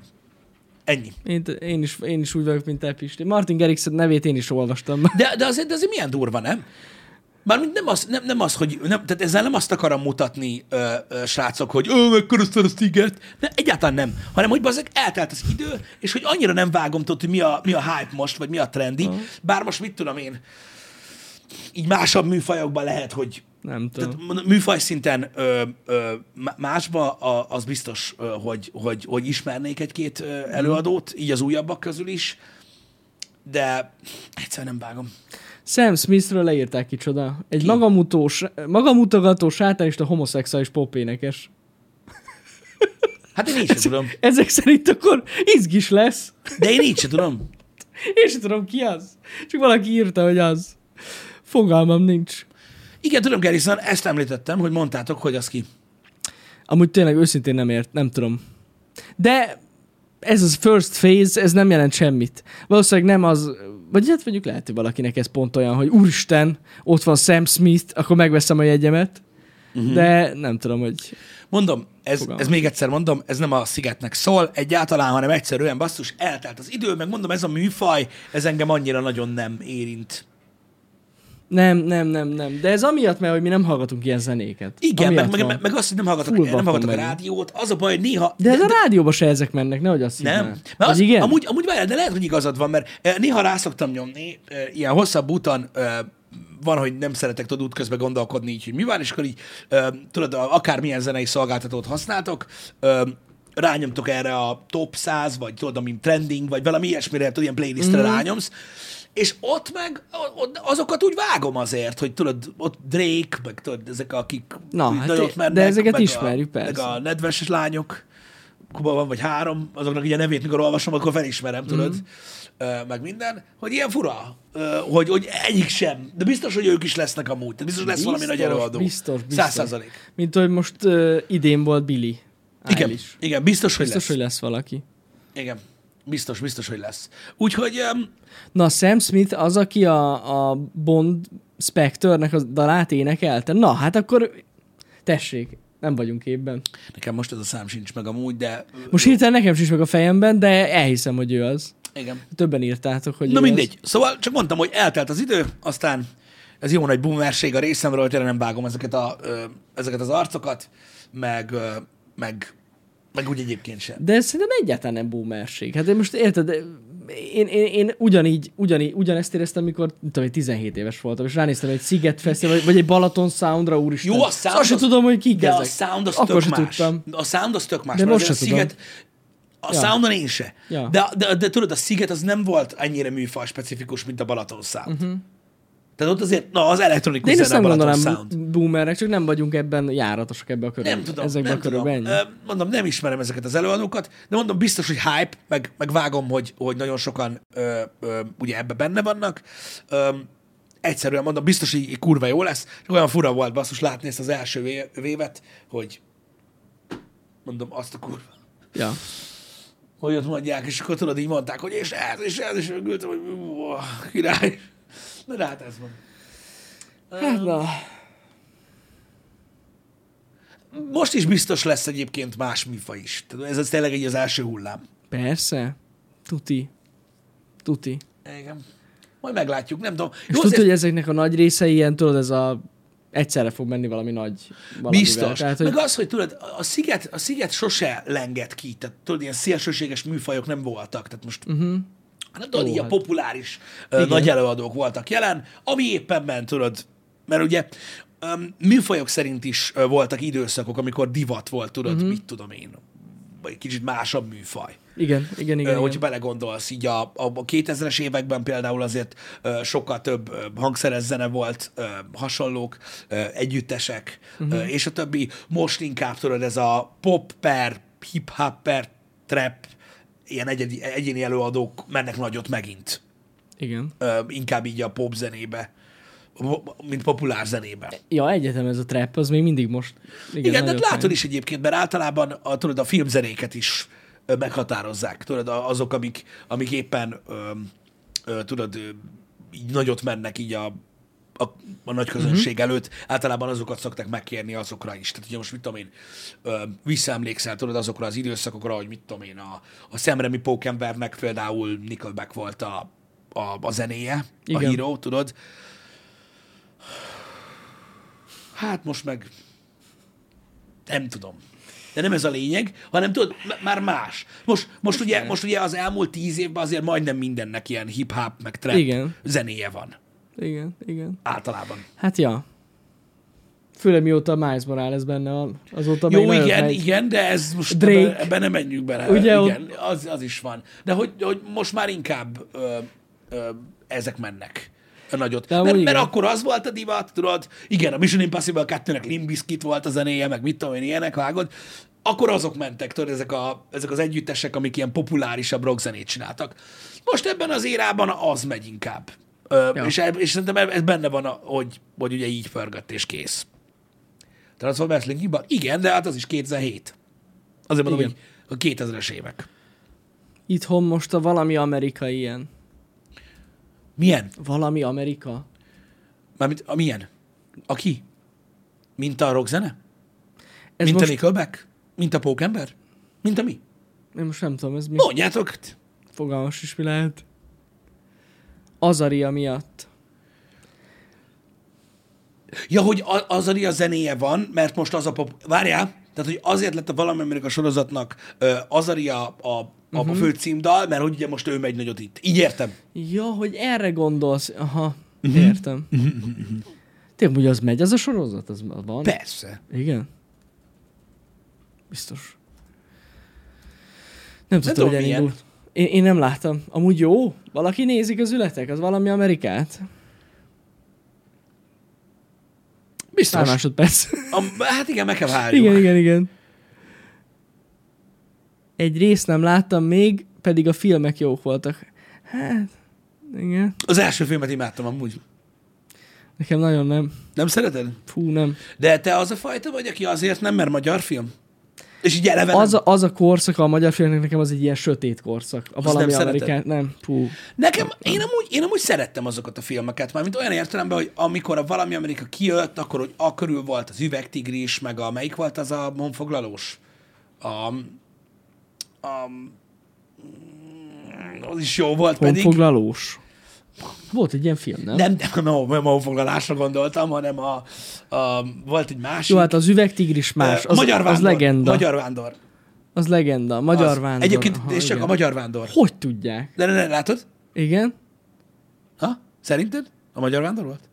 A: Ennyi.
B: Én, én, is, én is úgy vagyok, mint te, Pisti. Martin Gerixet nevét én is olvastam.
A: De, de, azért, de azért milyen durva, nem? Mármint nem az, nem, nem az hogy, nem, tehát ezzel nem azt akarom mutatni, ö, ö, srácok, hogy ő megköröztel a sziget. De egyáltalán nem. Hanem, hogy bazeg eltelt az idő, és hogy annyira nem vágom, tudod, hogy mi a, mi a hype most, vagy mi a trendi. Bár most mit tudom én, így másabb műfajokban lehet, hogy
B: Nem
A: tehát
B: tudom.
A: mondom, műfaj szinten ö, ö, má- másba a, az biztos, ö, hogy, hogy, hogy ismernék egy-két ö,
B: Mhm.
A: előadót, így az újabbak közül is, de egyszerűen nem vágom.
B: Sam Smithről leírták kicsoda. Egy magamutós, magamutogató sátánista homoszexuális popénekes.
A: Hát én így sem tudom.
B: Ezek szerint akkor izgis lesz.
A: De én így sem tudom.
B: Én sem tudom, ki az. Csak valaki írta, hogy az. Fogalmam nincs.
A: Igen, tudom, Garrison, ezt említettem, hogy mondtátok, hogy az ki.
B: Amúgy tényleg őszintén nem ért, nem tudom. De ez az first phase, ez nem jelent semmit. Valószínűleg nem az, vagy hát mondjuk lehet, hogy valakinek ez pont olyan, hogy úristen, ott van Sam Smith, akkor megveszem a jegyemet. Uh-huh. De nem tudom, hogy
A: Mondom, ez,
B: Fogalmam
A: ez még egyszer mondom, ez nem a szigetnek szól egyáltalán, hanem egyszerűen basszus, eltelt az idő, meg mondom, ez a műfaj, ez engem annyira nagyon nem érint.
B: nem, nem, nem, nem. De ez amiatt, mert hogy mi nem hallgatunk ilyen zenéket.
A: Igen, meg,
B: Amiatt
A: meg,
B: van.
A: meg, meg azt, hogy nem
B: Full
A: hallgatok, nem
B: vakon
A: hallgatok a
B: vagyunk.
A: rádiót, az a baj, hogy néha...
B: De ez a rádióba se ezek mennek, nehogy azt
A: Nem.
B: higgyál.
A: Mert
B: Vagy
A: az,
B: igen?
A: Amúgy, amúgy várjál, de lehet, hogy igazad van, mert eh, néha rá szoktam nyomni, eh, ilyen hosszabb úton eh, van, hogy nem szeretek tudod útközben gondolkodni, így, hogy mi van, és akkor így, eh, tudod, a- akármilyen zenei szolgáltatót használtok, eh, rányomtok erre a top 100, vagy tudod, ami trending, vagy valami ilyesmire, tudod, ilyen playlistre
B: Mhm.
A: mm. rányomsz, és ott meg o- o- azokat úgy vágom azért, hogy tudod, ott Drake, meg tudod, ezek akik
B: Na,
A: úgy
B: hát
A: nagyot
B: i- de ezeket
A: meg
B: ismerjük,
A: a, Meg
B: persze.
A: a nedves lányok, Kuba van, vagy három, azoknak ugye a nevét, mikor olvasom, akkor felismerem, tudod,
B: Mhm.
A: mm. meg minden, hogy ilyen fura, ö, hogy, hogy egyik sem, de biztos, hogy ők is lesznek amúgy, tehát biztos lesz biztos, valami nagy
B: Biztos,
A: előadó.
B: biztos, biztos.
A: Száz százalék.
B: Mint hogy most uh, idén volt Billy.
A: Igen,
B: Eilish.
A: igen, biztos, hogy biztos, lesz.
B: Biztos, hogy lesz valaki.
A: Hogy... Igen, biztos, biztos, hogy lesz. Úgyhogy, öm,
B: Na, Sam Smith az, aki a, a Bond Spectre-nek a dalát énekelte. Na, hát akkor tessék, nem vagyunk képben.
A: nekem most ez a szám sincs meg amúgy, de
B: Most hirtelen nekem sincs meg a fejemben, de elhiszem, hogy ő az.
A: Igen.
B: Többen írtátok, hogy
A: Na
B: igaz.
A: mindegy. Szóval csak mondtam, hogy eltelt az idő, aztán ez jó nagy boomerség a részemről, tényleg nem vágom ezeket, a, ö, ezeket az arcokat, meg, ö, meg, meg úgy egyébként sem.
B: De ez szerintem egyáltalán nem boomerség. Hát én most érted, én, én, én ugyanígy, ugyanígy, ugyanezt éreztem, mikor nem tudom, hogy 17 éves voltam, és ránéztem egy Sziget Fesztivál, vagy, vagy egy Balaton Soundra, úristen.
A: Jó, a
B: Szóval
A: sound
B: azt sem
A: az-
B: tudom, hogy kik
A: de
B: ezek.
A: a sound az
B: Akkor
A: tök
B: sem
A: más.
B: tudtam.
A: A sound az tök más.
B: De
A: mert
B: most
A: azért
B: se
A: a
B: tudom.
A: Sziget, a
B: Ja.
A: soundon én se.
B: Ja.
A: De, de, de, tudod, a Sziget az nem volt ennyire műfaj specifikus, mint a Balaton Sound. Uh-huh. Tehát ott azért, na, az
B: Mhm. De
A: elektronikus
B: én ezt
A: zene a
B: nem
A: Balaton
B: gondolom
A: Sound.
B: boomerek, csak nem vagyunk ebben járatosak ebbe a körben.
A: Nem tudom,
B: Ezekbe
A: nem
B: a körökbe,
A: tudom.
B: ennyi.
A: Ö, Mondom, nem ismerem ezeket az előadókat, de mondom, biztos, hogy hype, meg, meg vágom, hogy, hogy nagyon sokan ö, ö, ugye ebbe benne vannak. Ö, egyszerűen mondom, biztos, hogy így kurva jó lesz. Csak Olyan fura volt basszus látni ezt az első vé- vévet, hogy mondom, azt a kurva
B: Ja.
A: hogy ott mondják, és akkor tudod, így mondták, hogy és ez, és ez, és örgültem, hogy ú, a király. Na, de hát ez van.
B: Hát na,
A: Most is biztos lesz egyébként más műfa is. Tehát ez az tényleg egy az első hullám.
B: persze. Tuti. Tuti.
A: Igen. Majd meglátjuk, nem tudom. Jó,
B: És tudod,
A: azért
B: hogy ezeknek a nagy része ilyen, tudod, ez a egyszerre fog menni valami nagy valamivel.
A: biztos.
B: Tehát, hogy
A: Meg az, hogy tudod, a a sziget, a sziget sose lenget ki. Tehát tudod, ilyen szélsőséges műfajok nem voltak. Tehát most uh-huh. Hát tudod,
B: Jó,
A: ilyen
B: Mhm. hát.
A: populáris ö, nagy előadók voltak jelen, ami éppen ment, tudod, mert ugye öm, műfajok szerint is ö, voltak időszakok, amikor divat volt, tudod,
B: Mhm.
A: uh-huh. mit tudom én, vagy egy kicsit másabb műfaj.
B: igen, igen, igen.
A: Igen,
B: igen.
A: hogyha belegondolsz, így a, a, a 2000-es években például azért ö, sokkal több ö, hangszeres zene volt, ö, hasonlók, ö, együttesek, uh-huh. ö, és a többi. Most inkább tudod, ez a pop per, hip-hop per, trap, ilyen egyedi, egyéni előadók mennek nagyot megint.
B: igen.
A: Ö, inkább így a pop zenébe, po- mint populár zenébe.
B: Ja, egyetem ez a trap, az még mindig most. Igen,
A: Igen,
B: nagyon
A: tehát látod
B: fáj.
A: is egyébként, mert általában a, tudod, a filmzenéket is ö, meghatározzák, tudod, a- azok, amik, amik éppen, ö, ö, tudod, ö, így nagyot mennek így a, a, a nagy
B: Mhm.
A: közönség uh-huh. előtt, általában azokat szokták megkérni azokra is. Tehát ugye most mit tudom én, ö, visszaemlékszel tudod azokra az időszakokra, hogy mit tudom én, a, a Szemremi Pókembernek például Nickelback volt a, a, a zenéje, Igen. a
B: Igen.
A: híró, tudod. Hát most meg nem tudom. De nem ez a lényeg, hanem tudod, m- már más. Most, most, ugye, most ugye az elmúlt tíz évben azért majdnem mindennek ilyen hip-hop, meg trap
B: Igen.
A: zenéje van.
B: Igen, igen.
A: Általában.
B: Hát ja. Főleg mióta Miles Morales benne van, azóta
A: Jó,
B: még nagyon
A: igen,
B: megy.
A: igen, de ez most
B: Drake.
A: ebbe, ebbe nem menjünk bele.
B: Ugye,
A: igen, az, az is van. De hogy, hogy most már inkább ö, ö, ezek mennek a nagyot.
B: De
A: mert,
B: amúgy
A: mert
B: igen.
A: akkor az volt a divat, tudod, igen, a Mission Impossible 2-nek Limbiskit volt a zenéje, meg mit tudom én, ilyenek vágod, akkor azok mentek, tudod, ezek, a, ezek az együttesek, amik ilyen populárisabb rockzenét csináltak. Most ebben az érában az megy inkább. Ö,
B: Ja.
A: és, eb- és szerintem eb- ez benne van, a, hogy, hogy ugye így pörgött és kész. Transformers Linkin Park? Igen, de hát az is 2007. Azért mondom,
B: Igen.
A: hogy a 2000-es évek.
B: Itthon most a valami Amerika ilyen.
A: Milyen?
B: Valami Amerika.
A: Mármint, a milyen? Aki? Mint a rockzene?
B: Ez
A: Mint most... a
B: most,
A: Nickelback? Mint a Pókember? Mint a mi?
B: én most nem tudom, ez mi
A: Mondjátok!
B: fogalmas is mi lehet. Azaria miatt.
A: Ja, hogy a- az a zenéje van, mert most az a pop... Várjál! Tehát, hogy azért lett a valamelyik a sorozatnak ö, Azaria a, a,
B: Mhm.
A: uh-huh. a fő címdal, mert hogy ugye most ő megy nagyot itt. Így értem.
B: Ja, hogy erre gondolsz. Aha,
A: Mhm.
B: értem. Tényleg, hogy az megy, az a sorozat, az van.
A: Persze.
B: Igen. Biztos. Nem tudtam,
A: tudom,
B: hogy
A: milyen.
B: elindult. Én, én nem láttam. Amúgy jó? Valaki nézi közületek? Az valami Amerikát? Pár
A: Biztos.
B: másodperc.
A: A, hát igen, meg kell várjuk.
B: igen, igen, igen. Egy részt nem láttam még, pedig a filmek jók voltak. Hát, igen.
A: Az első filmet imádtam amúgy.
B: Nekem nagyon nem.
A: Nem szereted?
B: Fú, nem.
A: De te az a fajta vagy, aki azért nem, mert magyar film? És így eleve
B: Az
A: az a...
B: a, az a korszak a magyar filmnek nekem az egy ilyen sötét korszak. A valami
A: nem szereted?
B: Amerikát. Nem, fú.
A: Nekem, én amúgy, én amúgy szerettem azokat a filmeket, mármint olyan értelemben, hogy amikor a Valami Amerika kijött, akkor hogy a körül volt az üvegtigris, meg a melyik volt az a honfoglalós? A, a, az is jó volt pedig.
B: Honfoglalós. Volt egy ilyen film, nem?
A: Nem, nem, nem, nem a foglalásra gondoltam, hanem a, a, volt egy másik.
B: Jó, hát az üvegtigris más.
A: Ö,
B: Az,
A: magyar vándor.
B: az legenda.
A: Magyar vándor.
B: Az legenda. Magyar
A: Az.
B: vándor.
A: Egyébként,
B: Aha,
A: és csak
B: igen.
A: a magyar vándor.
B: Hogy tudják?
A: De, de, de látod?
B: Igen?
A: Ha? Szerinted? A magyar vándor volt?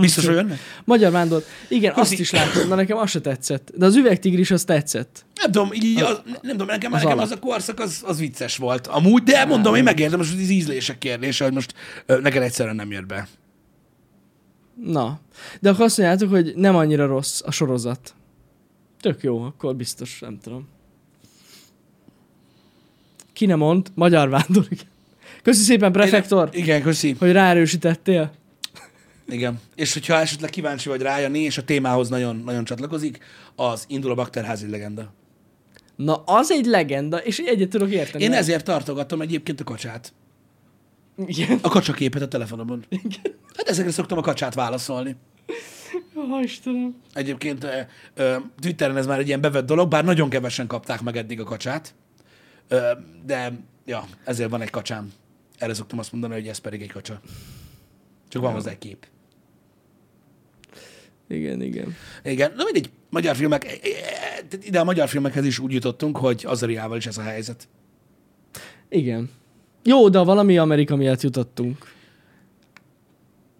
A: Biztos, hogy jönnek?
B: Magyar vándor. Igen,
A: Köszi.
B: azt is láttam, de nekem az se tetszett. De az üvegtigris az tetszett.
A: Nem tudom, így, az, nem tudom, nekem,
B: az
A: nekem
B: alap.
A: az a korszak az, az vicces volt. Amúgy, de mondom, én megértem, most az ízlések kérdése, hogy most ö, neked egyszerűen nem jött be.
B: Na. De akkor azt mondjátok, hogy nem annyira rossz a sorozat. Tök jó, akkor biztos, nem tudom. Ki nem mond? Magyar vándor. igen. Köszi szépen, prefektor,
A: Én, igen, köszi.
B: hogy ráerősítettél.
A: Igen. És hogyha esetleg kíváncsi vagy rájönni, és a témához nagyon, nagyon csatlakozik, az indul a bakterházi legenda.
B: Na, az egy legenda, és egyet tudok érteni.
A: Én ezért tartogatom egyébként a kacsát.
B: Igen.
A: A kacsaképet a telefonomon. Igen. Hát ezekre szoktam a kacsát válaszolni.
B: Oh, Istenem.
A: Egyébként ö, ö, Twitteren ez már egy ilyen bevett dolog, bár nagyon kevesen kapták meg eddig a kacsát. Ö, de, ja, ezért van egy kacsám. Erre szoktam azt mondani, hogy ez pedig egy kacsa. Csak van hozzá egy kép.
B: Igen, igen.
A: Igen, na mindegy, magyar filmek, eh, eh, tehát ide a magyar filmekhez is úgy jutottunk, hogy Azariával is ez a helyzet.
B: Igen. Jó, de valami Amerika miatt jutottunk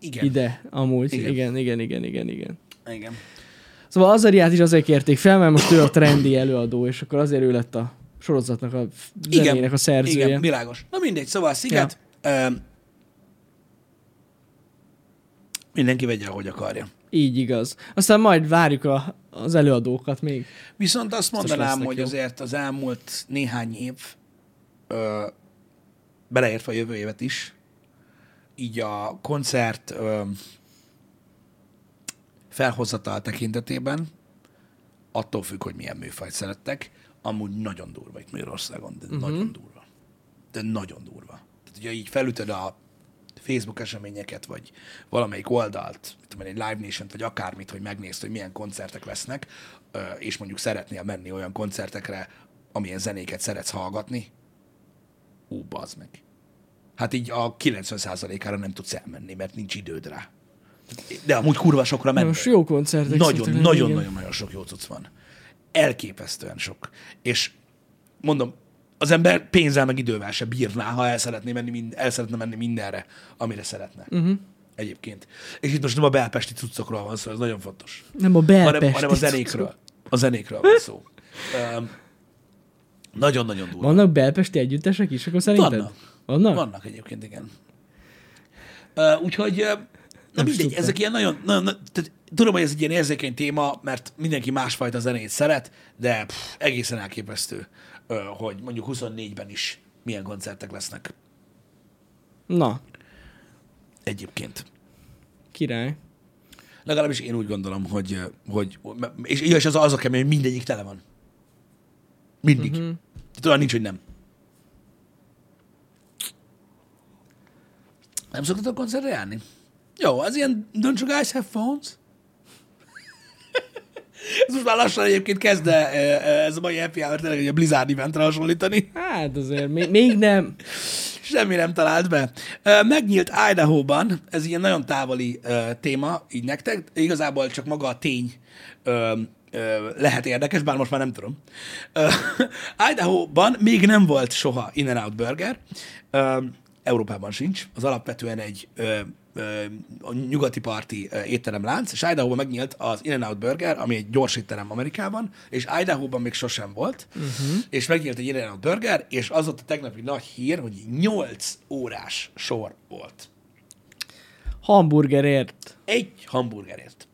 A: Igen.
B: igen. ide, amúgy.
A: Igen.
B: Igen. igen, igen, igen, igen, igen.
A: Igen.
B: Szóval Azariát is azért kérték fel, mert most ő a trendi előadó, és akkor azért ő lett a sorozatnak, a f- zenének a szerzője.
A: Igen, világos. Na mindegy, szóval Sziget, ja. ö, mindenki vegye, ahogy akarja.
B: Így igaz. Aztán majd várjuk a, az előadókat még.
A: Viszont azt mondanám,
B: lesznek
A: hogy
B: jó.
A: azért az elmúlt néhány év, ö, beleértve a jövő évet is, így a koncert ö, felhozatal tekintetében, attól függ, hogy milyen műfajt szerettek, amúgy nagyon durva itt Magyarországon,
B: Mhm.
A: de uh-huh. nagyon durva. De nagyon durva. Tehát, hogyha így felütöd a Facebook eseményeket, vagy valamelyik oldalt, mit tudom én, egy Live nation vagy akármit, hogy megnézd, hogy milyen koncertek lesznek, ö, és mondjuk szeretnél menni olyan koncertekre, amilyen zenéket szeretsz hallgatni, ú, bazd meg. Hát így a 90%-ára nem tudsz elmenni, mert nincs időd rá. De amúgy kurva sokra mennél.
B: Most jó koncertek. szoktak lenni, igen.
A: Nagyon-nagyon-nagyon-nagyon sok jó cucc van. Elképesztően sok. És mondom, az ember pénzzel meg idővel se bírná, ha el szeretné menni, mind, el szeretne menni mindenre, amire szeretne.
B: Mhm.
A: Uh-huh. Egyébként. És itt most nem a belpesti cuccokról van szó, ez nagyon fontos.
B: Nem a
A: Hanem,
B: belpesti.
A: hanem a zenékről. A zenékről van szó. Um, nagyon-nagyon durva.
B: Vannak belpesti együttesek is, akkor szerinted?
A: Vannak.
B: Vannak?
A: Vannak egyébként, igen. Uh, úgyhogy, uh, na mindegy,
B: tudtam.
A: ezek ilyen nagyon, nagyon, nagyon tehát, tudom, hogy ez egy ilyen érzékeny téma, mert mindenki másfajta zenét szeret, de pff, egészen elképesztő, uh, hogy mondjuk 24-ben is milyen koncertek lesznek
B: Na,
A: egyébként.
B: király.
A: Legalábbis én úgy gondolom, hogy, ö, hogy és, és az, az a kemény, hogy mindegyik tele van. Mindig. Uh-huh. Tehát olyan nincs, hogy nem. Nem szoktatok koncertre járni? Jó, az ilyen don't you guys have phones? ez most már lassan egyébként kezd el, ö, ö, ez a mai happy hour tényleg egy a Blizzard eventre hasonlítani.
B: Hát azért, még, még nem.
A: Semmi nem talált be. Ö, Megnyílt Idaho-ban, ez ilyen nagyon távoli ö, téma, így nektek, igazából csak maga a tény ö, ö, lehet érdekes, bár most már nem tudom. Ö, Idaho-ban még nem volt soha In-N-Out Burger, Ö, Európában sincs, az alapvetően egy ö, ö, a nyugati parti ö, étteremlánc, és Idaho-ban megnyílt az In-N-Out Burger, ami egy gyors étterem Amerikában, és Idaho-ban még sosem volt,
B: Mhm.
A: uh-huh. és megnyílt egy In-N-Out Burger, és az ott a tegnapi nagy hír, hogy 8 órás sor volt.
B: Hamburgerért.
A: Egy hamburgerért.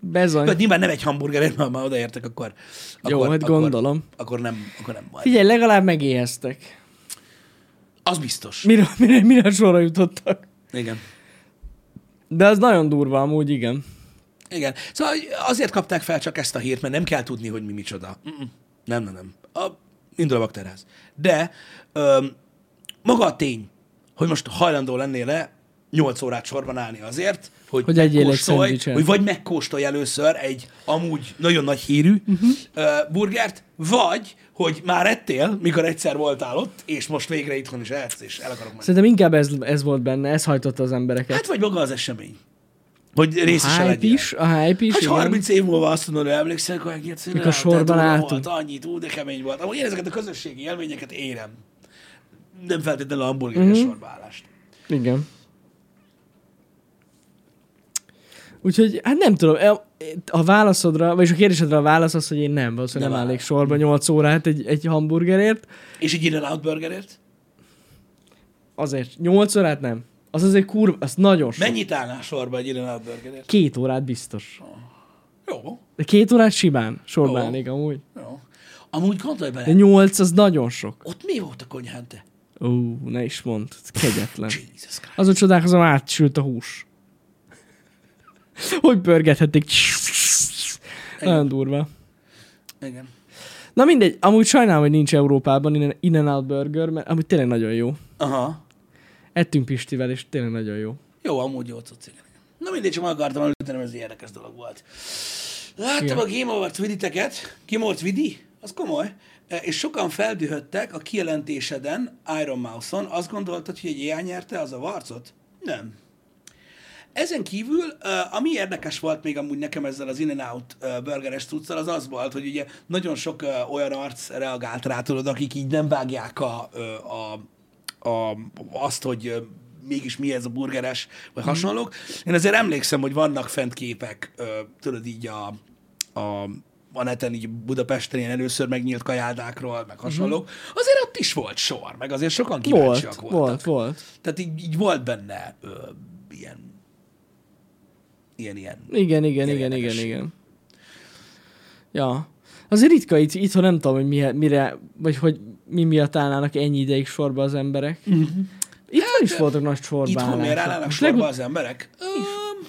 B: Bezony.
A: Vagy nyilván nem egy hamburgerért, mert ha már odaértek, akkor...
B: Hm. Jó,
A: akkor,
B: hát gondolom.
A: Akkor, akkor nem, akkor nem baj.
B: Figyelj, legalább megéheztek.
A: Az biztos.
B: Mire, mire, mire sorra jutottak.
A: Igen.
B: De az nagyon durva amúgy, igen.
A: Igen. Szóval hogy azért kapták fel csak ezt a hírt, mert nem kell tudni, hogy mi micsoda. Mm-mm. Nem, nem, nem. A, indul a bakterház. De öm, maga a tény, hogy most hajlandó lennél-e 8 órát sorban állni azért, hogy,
B: Hogy egyél egy
A: megkóstolj,
B: szendvicset.
A: hogy vagy megkóstolj először egy amúgy nagyon nagy hírű
B: Mhm.
A: uh-huh. burgert, vagy hogy már ettél, mikor egyszer voltál ott, és most végre itthon is ehetsz, és el akarok menni.
B: Szerintem inkább ez, ez volt benne, ez hajtotta az embereket.
A: Hát vagy maga az esemény. Hogy részese
B: hype
A: legyél.
B: is, a hype is.
A: Hát, Hogy
B: igen.
A: 30 Hát év múlva azt mondod, hogy emlékszel, hogy egyszer
B: Mikor
A: lehetett,
B: sorban
A: durva
B: álltunk.
A: Volt, annyit, ú, de kemény volt. Amúgy én ezeket a közösségi élményeket érem. Nem feltétlenül a
B: Mhm.
A: hamburgeres mm-hmm. sorbálást.
B: Igen. Úgyhogy, hát nem tudom, e- a válaszodra, vagyis a kérdésedre a válasz az, hogy én nem, valószínűleg nem,
A: Nem
B: nem állnék
A: áll.
B: sorba 8 órát egy, egy hamburgerért,
A: És egy in out burgerért?
B: azért 8 órát nem. Az azért kurva, az nagyon sok.
A: Mennyit állnál sorba egy in out burgerért?
B: Két órát biztos.
A: Jó,
B: De két órát simán
A: Jó.
B: sorba állnék amúgy.
A: jó. Amúgy gondolj
B: De
A: bele,
B: nyolc az nagyon sok.
A: ott mi volt a konyhán te?
B: Ó, ne is mondd, ez kegyetlen.
A: Jesus Christ.
B: Azon csodálkozom, átsült a hús. Hogy pörgethették? Nagyon durva.
A: Igen.
B: Na mindegy, amúgy sajnálom, hogy nincs Európában innen, innen out burger, mert amúgy tényleg nagyon jó.
A: Aha.
B: Ettünk Pistivel, és tényleg nagyon jó.
A: Jó, amúgy jó cucc, igen. Na mindegy, csak meg akartam előttenem, ez egy érdekes dolog volt. Láttam
B: Igen.
A: a Game Awards viditeket, Game Awards vidi, az komoly, E, és sokan feldühöttek a kijelentéseden Iron Mouse-on. Azt gondoltad, hogy egy ilyen nyerte az a varcot? Nem. Ezen kívül, eh, ami érdekes volt még amúgy nekem ezzel az In-N-Out eh, burgeres cuccal, az az volt, hogy ugye nagyon sok eh, olyan arc reagált rá, tudod, akik így nem vágják a, ö, a, a, azt, hogy ö, mégis mi ez a burgeres, vagy
B: Mhm.
A: hasonlók. Én azért emlékszem, hogy vannak fent képek, ö, tudod így a, a, a neten, így Budapesten ilyen először megnyílt kajádákról,
B: Mhm.
A: meg hasonlók. Azért ott is volt sor, meg azért sokan kíváncsiak voltak.
B: Volt, volt, volt.
A: Tehát így, így volt benne ö, ilyen, ilyen, ilyen.
B: Igen, igen, igen, igen,
A: érdekes.
B: igen. Ja. Azért ritka itt, itthon nem tudom, hogy mi, mire, vagy hogy mi miatt állnának ennyi ideig sorba az emberek. Uh-huh. Itt hát, is voltak nagy sorba
A: Mhm. Itthon miért állnának sorba az emberek? Öm,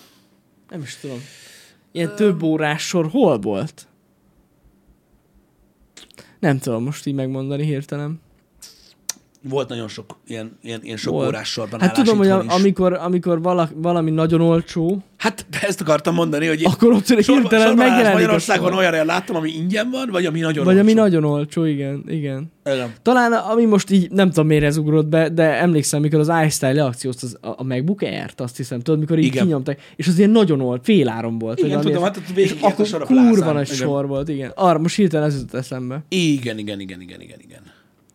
B: Nem is tudom. Ilyen több órás sor hol volt? Nem tudom most így megmondani hirtelen.
A: Volt nagyon sok ilyen, ilyen, ilyen sok
B: Volt.
A: órás sorban
B: Hát
A: állás
B: tudom, hogy
A: itthon
B: a,
A: is.
B: amikor, amikor vala, valami nagyon olcsó,
A: Hát de ezt akartam mondani, hogy én
B: akkor ott hirtelen
A: sorbaállás
B: megjelenik a
A: Magyarországon
B: sor.
A: olyan láttam, ami ingyen van, vagy ami nagyon
B: Vagy ami
A: olcsó.
B: nagyon olcsó, igen, igen.
A: Igen.
B: Talán ami most így, nem tudom miért ez ugrott be, de emlékszem, mikor az iStyle leakciózt az, a, a MacBook Air-t, azt hiszem, tudod, mikor így
A: Igen.
B: igen. kinyomták, és az ilyen nagyon olt, fél áron volt.
A: Igen,
B: vagy valami
A: tudom,
B: ilyesmi.
A: hát ott végig járt a
B: és akkor
A: sor a
B: kurva
A: plázán.
B: nagy
A: Igen.
B: sor volt, igen. Arra most hirtelen ez jutott eszembe.
A: Igen, igen, igen, igen, igen, igen.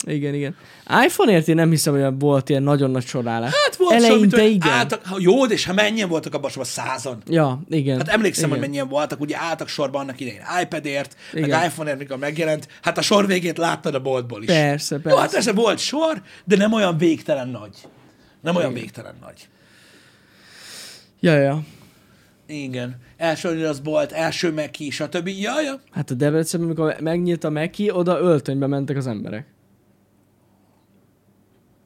B: Igen, igen. iPhone-ért én nem hiszem, hogy volt ilyen nagyon nagy sorálás.
A: Hát volt
B: Eleinte
A: sor, mint,
B: igen.
A: Álltak, ha jó, de és ha mennyien voltak abban a sorban, százan.
B: Ja, igen.
A: Hát emlékszem,
B: igen.
A: hogy mennyien voltak, ugye álltak sorban annak idején iPad-ért, meg
B: Igen.
A: iPhone-ért, mikor megjelent. Hát a sor végét láttad a boltból is.
B: Persze,
A: Jó, hát
B: persze.
A: persze volt sor, de nem olyan végtelen nagy. Nem olyan végtelen nagy.
B: Ja, ja.
A: Igen. Első az bolt, első meki, stb. Ja, ja.
B: Hát a Debrecenben, amikor megnyílt a Meki, oda öltönybe mentek az emberek.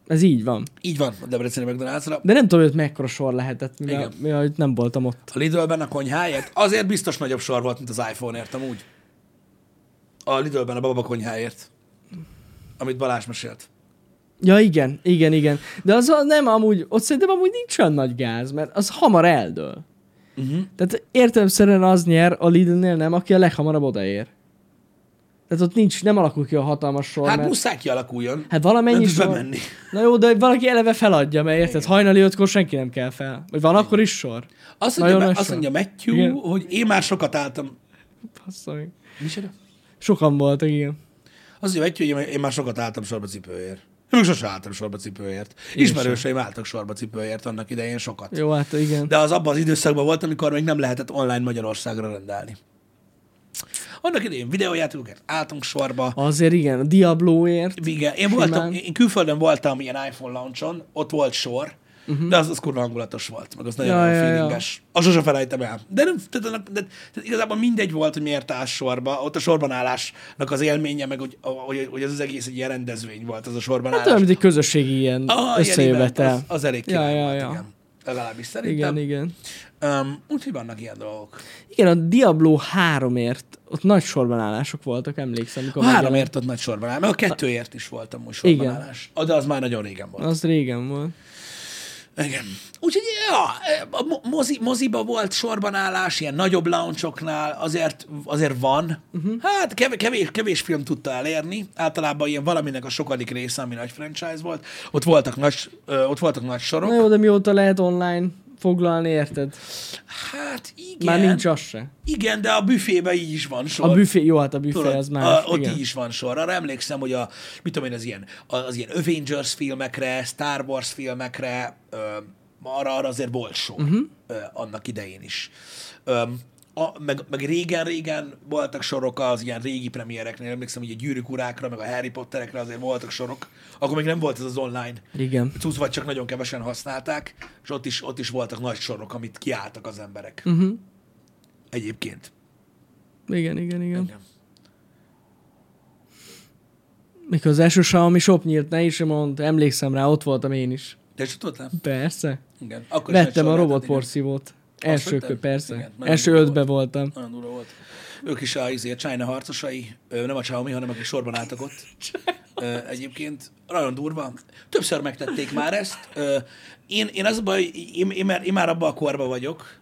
B: Ez így van.
A: Így van a Debreceni McDonald'sra.
B: De nem tudom, hogy ott mekkora sor lehetett, mivel,
A: Igen.
B: mivel itt nem voltam ott.
A: A Lidlben a konyháért azért biztos nagyobb sor volt, mint az iPhone-ért amúgy. A Lidlben a baba konyháért. Amit Balázs mesélt.
B: Ja, igen, igen, igen. De az a, nem amúgy, ott szerintem amúgy nincs olyan nagy gáz, mert az hamar eldől. Mhm.
A: Uh-huh.
B: Tehát értelemszerűen az nyer a Lidl-nél nem, aki a leghamarabb odaér. Tehát ott nincs, nem alakul ki a hatalmas sor,
A: Hát
B: mert...
A: muszáj kialakuljon.
B: Hát valamennyi
A: Nem tudsz
B: sor...
A: bemenni.
B: Na jó, de valaki eleve feladja, mert érted, hajnali ötkor senki nem kell fel. Vagy van akkor is sor.
A: Azt mondja,
B: Nagyon
A: be,
B: nagy
A: azt
B: sor.
A: mondja Matthew,
B: Igen.
A: hogy én már sokat álltam.
B: Bassza meg.
A: Micsoda?
B: Sokan voltak, igen.
A: Azt mondja Matthew, hogy én- én már sokat álltam sorba cipőért. Én még sose álltam sorba cipőért. Ismerőseim álltak sorba cipőért annak idején sokat.
B: Jó, hát igen. De...
A: De az abban az időszakban volt, amikor még nem lehetett online Magyarországra rendelni. Annak idején videójátékokat álltunk sorba.
B: Azért igen, a Diabloért.
A: Igen, én,
B: Simán.
A: voltam, én külföldön voltam ilyen iPhone launchon, ott volt sor, uh-huh. de az, az kurva hangulatos volt, meg az nagyon,
B: Mhm. Ja,
A: nagyon
B: ja, ja.
A: feelinges. Azt sose felejtem el. De, nem, tehát, annak, de, tehát igazából mindegy volt, hogy miért állsz sorba. Ott a sorban állásnak az élménye, meg hogy, hogy, hogy az, az egész egy ilyen rendezvény volt, az a sorban
B: Hát olyan, mint egy közösségi ilyen
A: Ah, ilyen event,
B: összejövetel.
A: az, az elég
B: Ja,
A: király
B: ja,
A: volt,
B: ja.
A: igen. Legalábbis
B: Igen,
A: szerintem.
B: igen.
A: Um, úgyhogy vannak ilyen dolgok.
B: Igen, a Diablo 3-ért ott nagy sorban állások voltak, emlékszem. Amikor
A: A
B: megjelent.
A: háromért ott nagy sorban áll, meg a kettőért is voltam úgy sorban
B: Igen.
A: állás. Ah, De az már nagyon régen volt.
B: Az régen volt.
A: Igen. Úgyhogy, ja, a mo- mozi, moziba volt sorbanállás, ilyen nagyobb launchoknál azért, azért van.
B: Mhm.
A: Uh-huh. Hát kev- kevés, kevés film tudta elérni, általában ilyen valaminek a sokadik része, ami nagy franchise volt. Ott voltak nagy, ö, ott voltak nagy sorok.
B: Na jó, de mióta lehet online foglalni, érted?
A: Hát igen.
B: Már nincs az se.
A: Igen, de a büfében így is van sor.
B: A büfé, jó, hát a büfé
A: Tudod,
B: az
A: a,
B: más.
A: ott
B: igen.
A: így is van sor. Arra emlékszem, hogy a, mit tudom én, az ilyen, az ilyen Avengers filmekre, Star Wars filmekre, ö, arra, arra azért volt sor
B: Mhm.
A: uh-huh. ö, annak idején is. Ö, a, meg, meg régen-régen voltak sorok az ilyen régi premiereknél, emlékszem, hogy a Gyűrűk urákra, meg a Harry Potterekre azért voltak sorok. Akkor még nem volt ez az online
B: Igen.
A: cucc, vagy csak nagyon kevesen használták, és ott is, ott is voltak nagy sorok, amit kiálltak az emberek.
B: Mhm.
A: Uh-huh. Egyébként.
B: Igen, igen, igen.
A: Igen.
B: Mikor az első Xiaomi shop nyílt, ne is mondta, emlékszem rá, ott voltam én is.
A: De és tudtál?
B: Persze.
A: Igen. Akkor is nagy
B: Vettem a
A: sor lehetett,
B: robot
A: igen.
B: porszívót. Első
A: vetted?
B: kö, persze.
A: Igen, nagyon
B: első
A: durva
B: ötbe voltam.
A: Nagyon durva volt. Ők is a, izé, a China harcosai, ö, nem a Xiaomi, hanem akik sorban álltak ott. Ö, Egyébként nagyon durva. Többször megtették már ezt. Ö, Én, én az a baj, hogy én, én, már, én már abban a korban vagyok,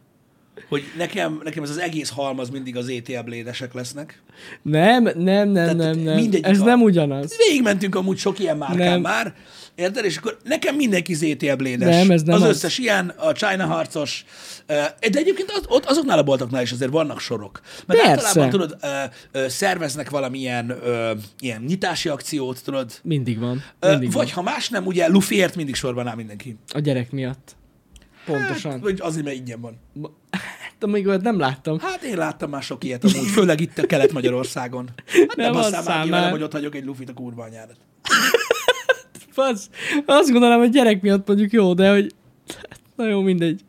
A: hogy nekem, nekem ez az egész halmaz mindig az ETL blédesek lesznek.
B: Nem, nem, nem, nem, nem.
A: mindegyik
B: Ez
A: a-
B: nem ugyanaz.
A: Végigmentünk amúgy sok ilyen márkán
B: Nem.
A: nem. már, érted? És akkor nekem mindenki ZTL blédes.
B: Nem, ez nem
A: az,
B: az.
A: összes ilyen, a China harcos. Ö, De egyébként az, ott azoknál a boltoknál is azért vannak sorok. Mert
B: Persze.
A: általában, tudod, ö, ö, szerveznek valamilyen ö, ilyen nyitási akciót, tudod.
B: Mindig van.
A: Ö,
B: Mindig
A: Vagy
B: van.
A: ha más nem, ugye lufiért mindig sorban áll mindenki.
B: A gyerek miatt. Pontosan.
A: Hát, vagy azért, mert ingyen van.
B: Hát, amíg olyat nem láttam.
A: Hát én láttam már sok ilyet amúgy, főleg itt a Kelet-Magyarországon. Hát nem,
B: Nem
A: nem
B: az
A: aztán már
B: szám,
A: kívánom,
B: nem.
A: hogy ott hagyok egy lufit a kurva anyádat.
B: Fasz. Azt gondolom, hogy gyerek miatt mondjuk jó, de hogy... Na jó, mindegy.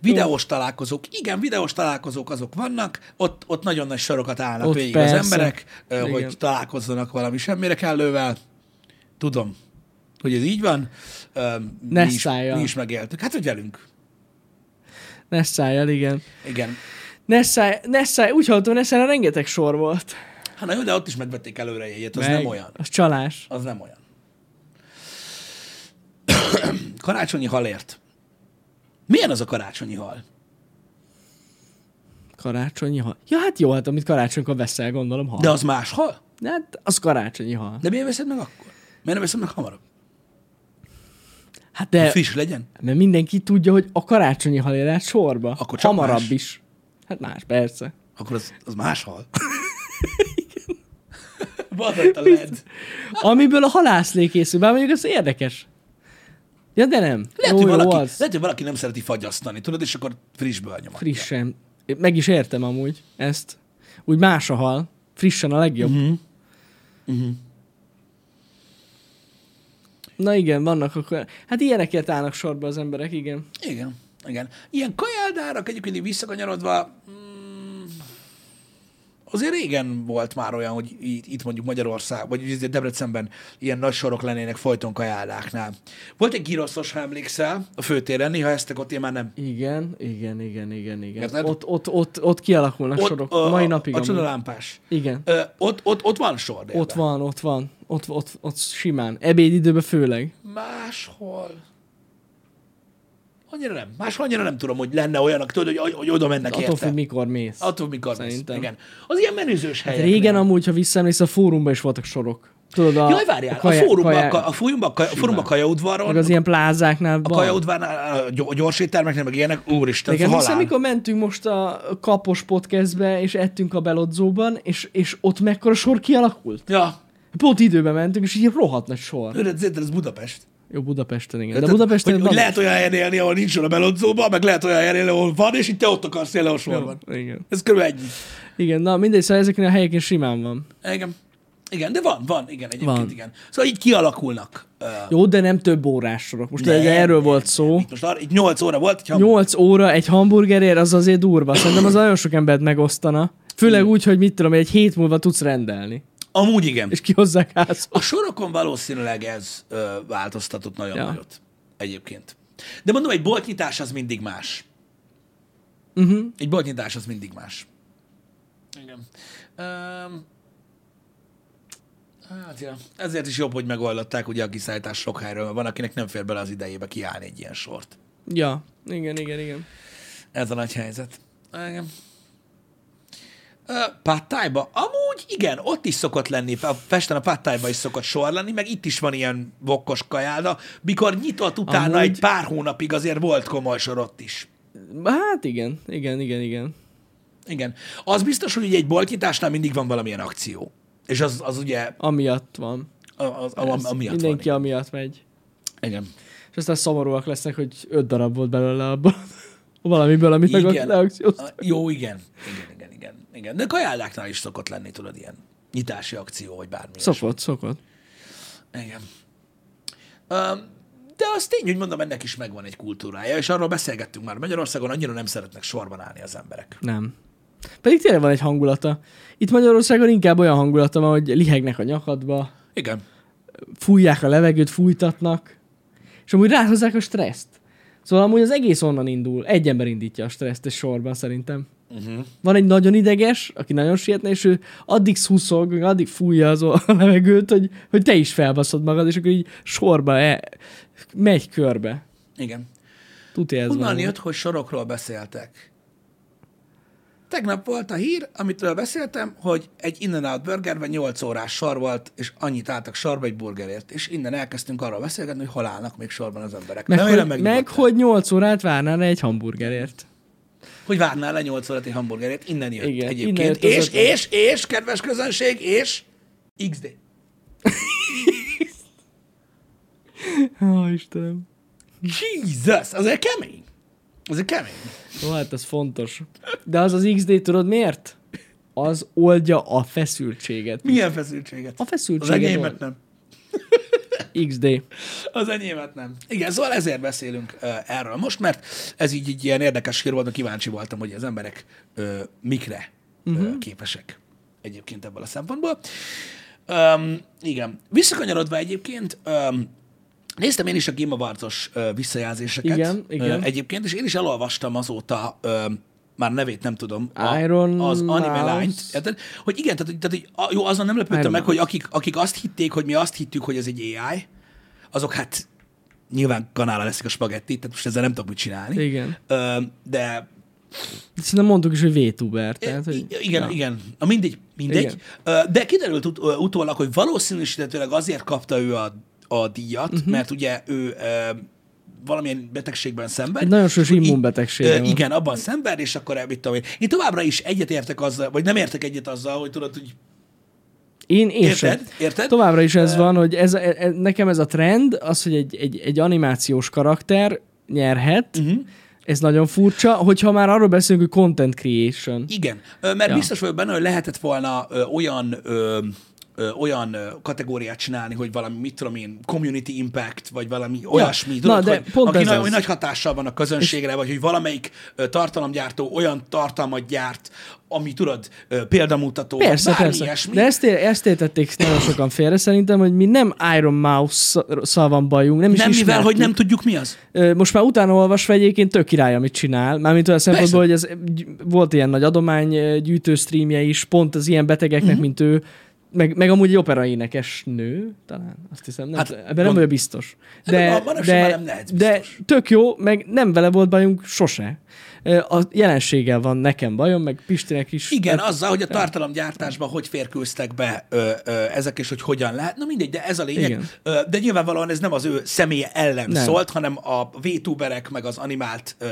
A: Videós találkozók, igen, videós találkozók azok vannak, ott, ott nagyon nagy sorokat állnak
B: Ott
A: végig
B: persze.
A: az emberek, igen.
B: Igen.
A: hogy találkozzanak valami semmire kellővel. Tudom, hogy ez így van. Ö,
B: Ne
A: mi, is,
B: szálljál.
A: mi is megéltük. Hát, hogy velünk.
B: Ne szálljál, igen.
A: Igen.
B: Ne szállj, ne szállj, úgy hallottam, ne szállj, rengeteg sor volt.
A: Hát na jó, de ott is megvették előre jegyet, az
B: Meg,
A: nem olyan.
B: Az csalás.
A: Az nem olyan. karácsonyi halért. Milyen az a karácsonyi hal?
B: Karácsonyi hal. Ja, hát jó, hát amit karácsonykor veszel, gondolom hal.
A: De az más hal?
B: De... Hát az karácsonyi hal.
A: De miért veszed meg akkor? Miért nem veszed meg hamarabb?
B: Hát
A: Hogy
B: de,
A: friss legyen?
B: mert mindenki tudja, hogy a karácsonyi hal ér át sorba.
A: Akkor csak
B: Hamarabb
A: más.
B: is. Hát más, persze.
A: Akkor az, az más hal. Bazat a led.
B: Amiből a halászlé készül, bár mondjuk ez érdekes. Ja, de nem.
A: Lehet, hogy, valaki,
B: az.
A: lehet, hogy valaki nem szereti fagyasztani, tudod, és akkor frissből nyomat.
B: Frissen. Én Meg is értem amúgy ezt. Úgy más a hal. Frissen a legjobb. Mm-hmm. Mm-hmm. Na igen, vannak akkor... Hát ilyenekért állnak sorba az emberek, igen.
A: Igen, igen. Ilyen kajáldárak egyébként így visszakanyarodva, mm, azért régen volt már olyan, hogy í- itt mondjuk Magyarország, vagy ugye Debrecenben ilyen nagy sorok lennének folyton kajáldáknál. Volt egy giroszos, ha emlékszel, a főtéren, néha eztek ott, én már nem.
B: Igen, igen, igen, igen, igen.
A: Érted?
B: Ott, ott, ott, ott kialakulnak ott, sorok. A, Mai napig.
A: A, a
B: amúgy.
A: csodalámpás.
B: Igen.
A: Ö, ott, ott, ott van sor. délben.
B: Ott van, ott van. Ott, ott, ott simán. Ebédidőben főleg.
A: Máshol. Annyira nem. Máshol annyira nem tudom, hogy lenne olyanak, tudod, hogy, hogy oda mennek
B: Attól
A: érte.
B: függ, mikor mész.
A: Attól mikor mész.
B: Szerintem. Hát
A: Igen. Az ilyen menüzős helyek.
B: Régen amúgy, ha visszaemlész, a fórumban is voltak sorok. Tudod, a,
A: Jaj, várjál, a, fórumba, a fórumba, a fórumba
B: Meg
A: kajaudvaron,
B: az ilyen plázáknál
A: a
B: van.
A: kajaudvárnál, a gyo- gyors éttermeknél, meg ilyenek, úristen,
B: Igen,
A: Igen,
B: hiszen
A: halál.
B: mikor mentünk most a kapos podcastbe, és ettünk a belodzóban, és, és ott mekkora sor kialakult?
A: Ja,
B: Pont időben mentünk, és így rohadt nagy sor.
A: öröd, ez ez Budapest.
B: Jó, Budapesten, igen. De
A: Tehát,
B: Budapesten
A: hogy,
B: van-
A: hogy lehet olyan helyen élni, ahol nincs a belodzóba, meg lehet olyan helyen élni, ahol van, és itt te ott akarsz élni, ahol sor van.
B: Igen.
A: Ez körülbelül ennyi.
B: igen, na mindegy, szóval ezeken a helyeken simán van.
A: Igen. Igen, de van, van, igen, egyébként
B: Van.
A: igen. Szóval így kialakulnak. Ö,
B: Jó, de nem több órás sorok. Most
A: Nem,
B: ugye erről volt szó.
A: Itt most arra, itt 8 óra volt, hogyha
B: 8 óra egy hamburgerért, az azért durva. Szerintem az nagyon sok embert megosztana. Főleg úgy, hogy mit tudom, egy hét múlva tudsz rendelni.
A: amúgy igen.
B: És kihozzák házba.
A: A sorokon valószínűleg ez ö, változtatott nagyon
B: Ja.
A: ja. nagyot. Egyébként. De mondom, egy boltnyitás az mindig más.
B: Mhm.
A: Uh-huh. Egy boltnyitás az mindig más. Igen. Um, Hát, ja. Ezért is jobb, hogy megoldották, ugye a kiszállítás sok helyről van, akinek nem fér bele az idejébe kiállni egy ilyen sort.
B: Ja, igen, igen, igen.
A: Ez a nagy helyzet. Igen. Páttájba? Amúgy igen, ott is szokott lenni, a festen a páttájba is szokott sor lenni, meg itt is van ilyen vokkos kajáda, mikor nyitott utána
B: Amúgy-
A: Amúgy... egy pár hónapig azért volt komoly sor ott is.
B: Hát igen, igen, igen, igen.
A: Igen. Az biztos, hogy ugye egy boltnyitásnál mindig van valamilyen akció. És az, az ugye,
B: Amiatt van.
A: az, az, az, amiatt
B: Ez
A: van.
B: Mindenki amiatt megy.
A: Igen.
B: És aztán szomorúak lesznek, hogy öt darab volt belőle abban. Valamiből, amit meg
A: Igen.
B: akcióztak.
A: A- Jó, igen. Igen, igen, igen. igen. De kajádáknál is szokott lenni, tudod, ilyen nyitási akció, vagy bármi. ilyesmi.
B: Szokott, szokott.
A: Igen. Um, de az tény, hogy mondom, ennek is megvan egy kultúrája, és arról beszélgettünk már. Magyarországon annyira nem szeretnek sorban állni az emberek.
B: Nem. Pedig tényleg van egy hangulata. Itt Magyarországon inkább olyan hangulata van, hogy lihegnek a nyakadba,
A: Igen.
B: fújják a levegőt, fújtatnak, és amúgy ráhozzák a stresszt. Szóval amúgy az egész onnan indul. Egy ember indítja a stresszt és sorban szerintem.
A: Uh-huh.
B: Van egy nagyon ideges, aki nagyon sietne, és ő addig szuszog, meg addig fújja az o- a levegőt, hogy, hogy te is felbaszod magad, és akkor így sorba e, megy körbe.
A: Igen.
B: Tudja ez
A: Honnan
B: van.
A: jött, hogy sorokról beszéltek? Tegnap volt a hír, amitől beszéltem, hogy egy In-N-Out burgerben 8 órás sor volt, és annyit álltak sorba egy burgerért, és innen elkezdtünk arról beszélgetni, hogy hol állnak még sorban az emberek.
B: Meg,
A: Nem
B: hogy,
A: élem
B: meg,
A: meg,
B: meg
A: nyugodtan.
B: hogy 8 órát várnál egy hamburgerért.
A: hogy várnál le 8 órát egy hamburgerét, innen jött
B: Igen,
A: Igen, egyébként.
B: innen jött az
A: és, és,
B: ötlet.
A: és, és, kedves közönség, és XD.
B: Ó, Istenem.
A: Jesus, azért kemény. Azért kemény.
B: Jó, hát ez fontos. De az az XD tudod miért? Az oldja a feszültséget.
A: Milyen feszültséget?
B: A
A: Az
B: feszültséget
A: enyémet
B: old.
A: nem.
B: XD.
A: Az enyémet nem. Igen, szóval ezért beszélünk uh, erről most, mert ez így egy ilyen érdekes hír volt, mert kíváncsi voltam, hogy az emberek uh, mikre uh-huh.
B: Mhm.
A: uh, képesek egyébként ebből a szempontból. Um, igen. Visszakanyarodva egyébként, um, néztem én is a Game Awards-os uh, visszajelzéseket.
B: Igen, igen.
A: Uh, egyébként, és én is elolvastam azóta, um, már nevét nem tudom,
B: Iron
A: az anime
B: Mouse.
A: lányt. Érted? Hogy igen, tehát, hogy- tehát hogy, a- jó, azon nem
B: Iron
A: lepődtem meg,
B: Mouse.
A: hogy akik, akik azt hitték, hogy mi azt hittük, hogy ez egy AI, azok hát nyilván kanála leszik a spagettit, tehát most ezzel nem tudok mit csinálni.
B: Igen.
A: Ö, de
B: Szerintem mondtuk is, hogy VTuber. Tehát, hogy...
A: I- igen, igen. A mindegy, mindegy.
B: Igen.
A: Igen. De kiderült ut- ö, utólag, hogy valószínűsítetőleg azért kapta ő a, a díjat,
B: Mhm.
A: uh-huh. mert ugye ő ö, valamilyen betegségben szenved.
B: Egy nagyon sős
A: I-
B: immunbetegsége
A: ö,
B: van.
A: Igen, abban szenved, és akkor el- mit tudom én. Én továbbra is egyetértek azzal, vagy nem értek egyet azzal, hogy tudod, hogy
B: Én, én
A: Érted?
B: sem.
A: Érted?
B: Továbbra is ez van, hogy ez, e, e, nekem ez a trend, az, hogy egy, egy, egy animációs karakter nyerhet,
A: Mhm.
B: uh-huh. ez nagyon furcsa, hogyha már arról beszélünk, hogy content creation.
A: Igen, Ö, mert
B: Ja.
A: ja. biztos vagyok benne, hogy lehetett volna ö, olyan ö, ö, olyan ö, kategóriát csinálni, hogy valami, mit tudom én, community impact, vagy valami ja. olyasmi, tudod,
B: Na, de
A: hogy
B: pont
A: aki
B: ez
A: nagyon
B: az.
A: nagy hatással van a közönségre, vagy hogy valamelyik ö, tartalomgyártó olyan tartalmat gyárt, ami tudod, ö, példamutató,
B: Persze,
A: bármi
B: persze.
A: ilyesmi.
B: De ezt, é- ezt értették nagyon sokan félre szerintem, hogy mi nem Iron Mouse-szal van bajunk, nem, is
A: nem mivel,
B: ismertük.
A: hogy nem tudjuk mi az.
B: Ö, Most már utána olvasva egyébként tök király, amit csinál. Mármint olyan szempontból, hogy ez gy- volt ilyen nagy adománygyűjtő streamje is, pont az ilyen betegeknek,
A: Mhm.
B: uh-huh. mint ő, meg, meg amúgy egy operaénekes nő, talán, azt hiszem, nem,
A: Hát,
B: hát, ebben nem
A: mond-
B: vagyok biztos. De,
A: ma- manapság már
B: de,
A: nem lehetsz
B: de
A: biztos.
B: tök jó, meg nem vele volt bajunk sose. Ö, A jelenséggel van nekem bajom, meg Pistinek is.
A: Igen, azzal, hogy a tartalomgyártásban hogy férkőztek be ö, ö, ezek, és hogy hogyan lehet. Na mindegy, de ez a lényeg.
B: Igen.
A: Ö, de nyilvánvalóan ez nem az ő személye ellen
B: Nem.
A: nem. szólt, hanem a VTuberek, meg az animált ö,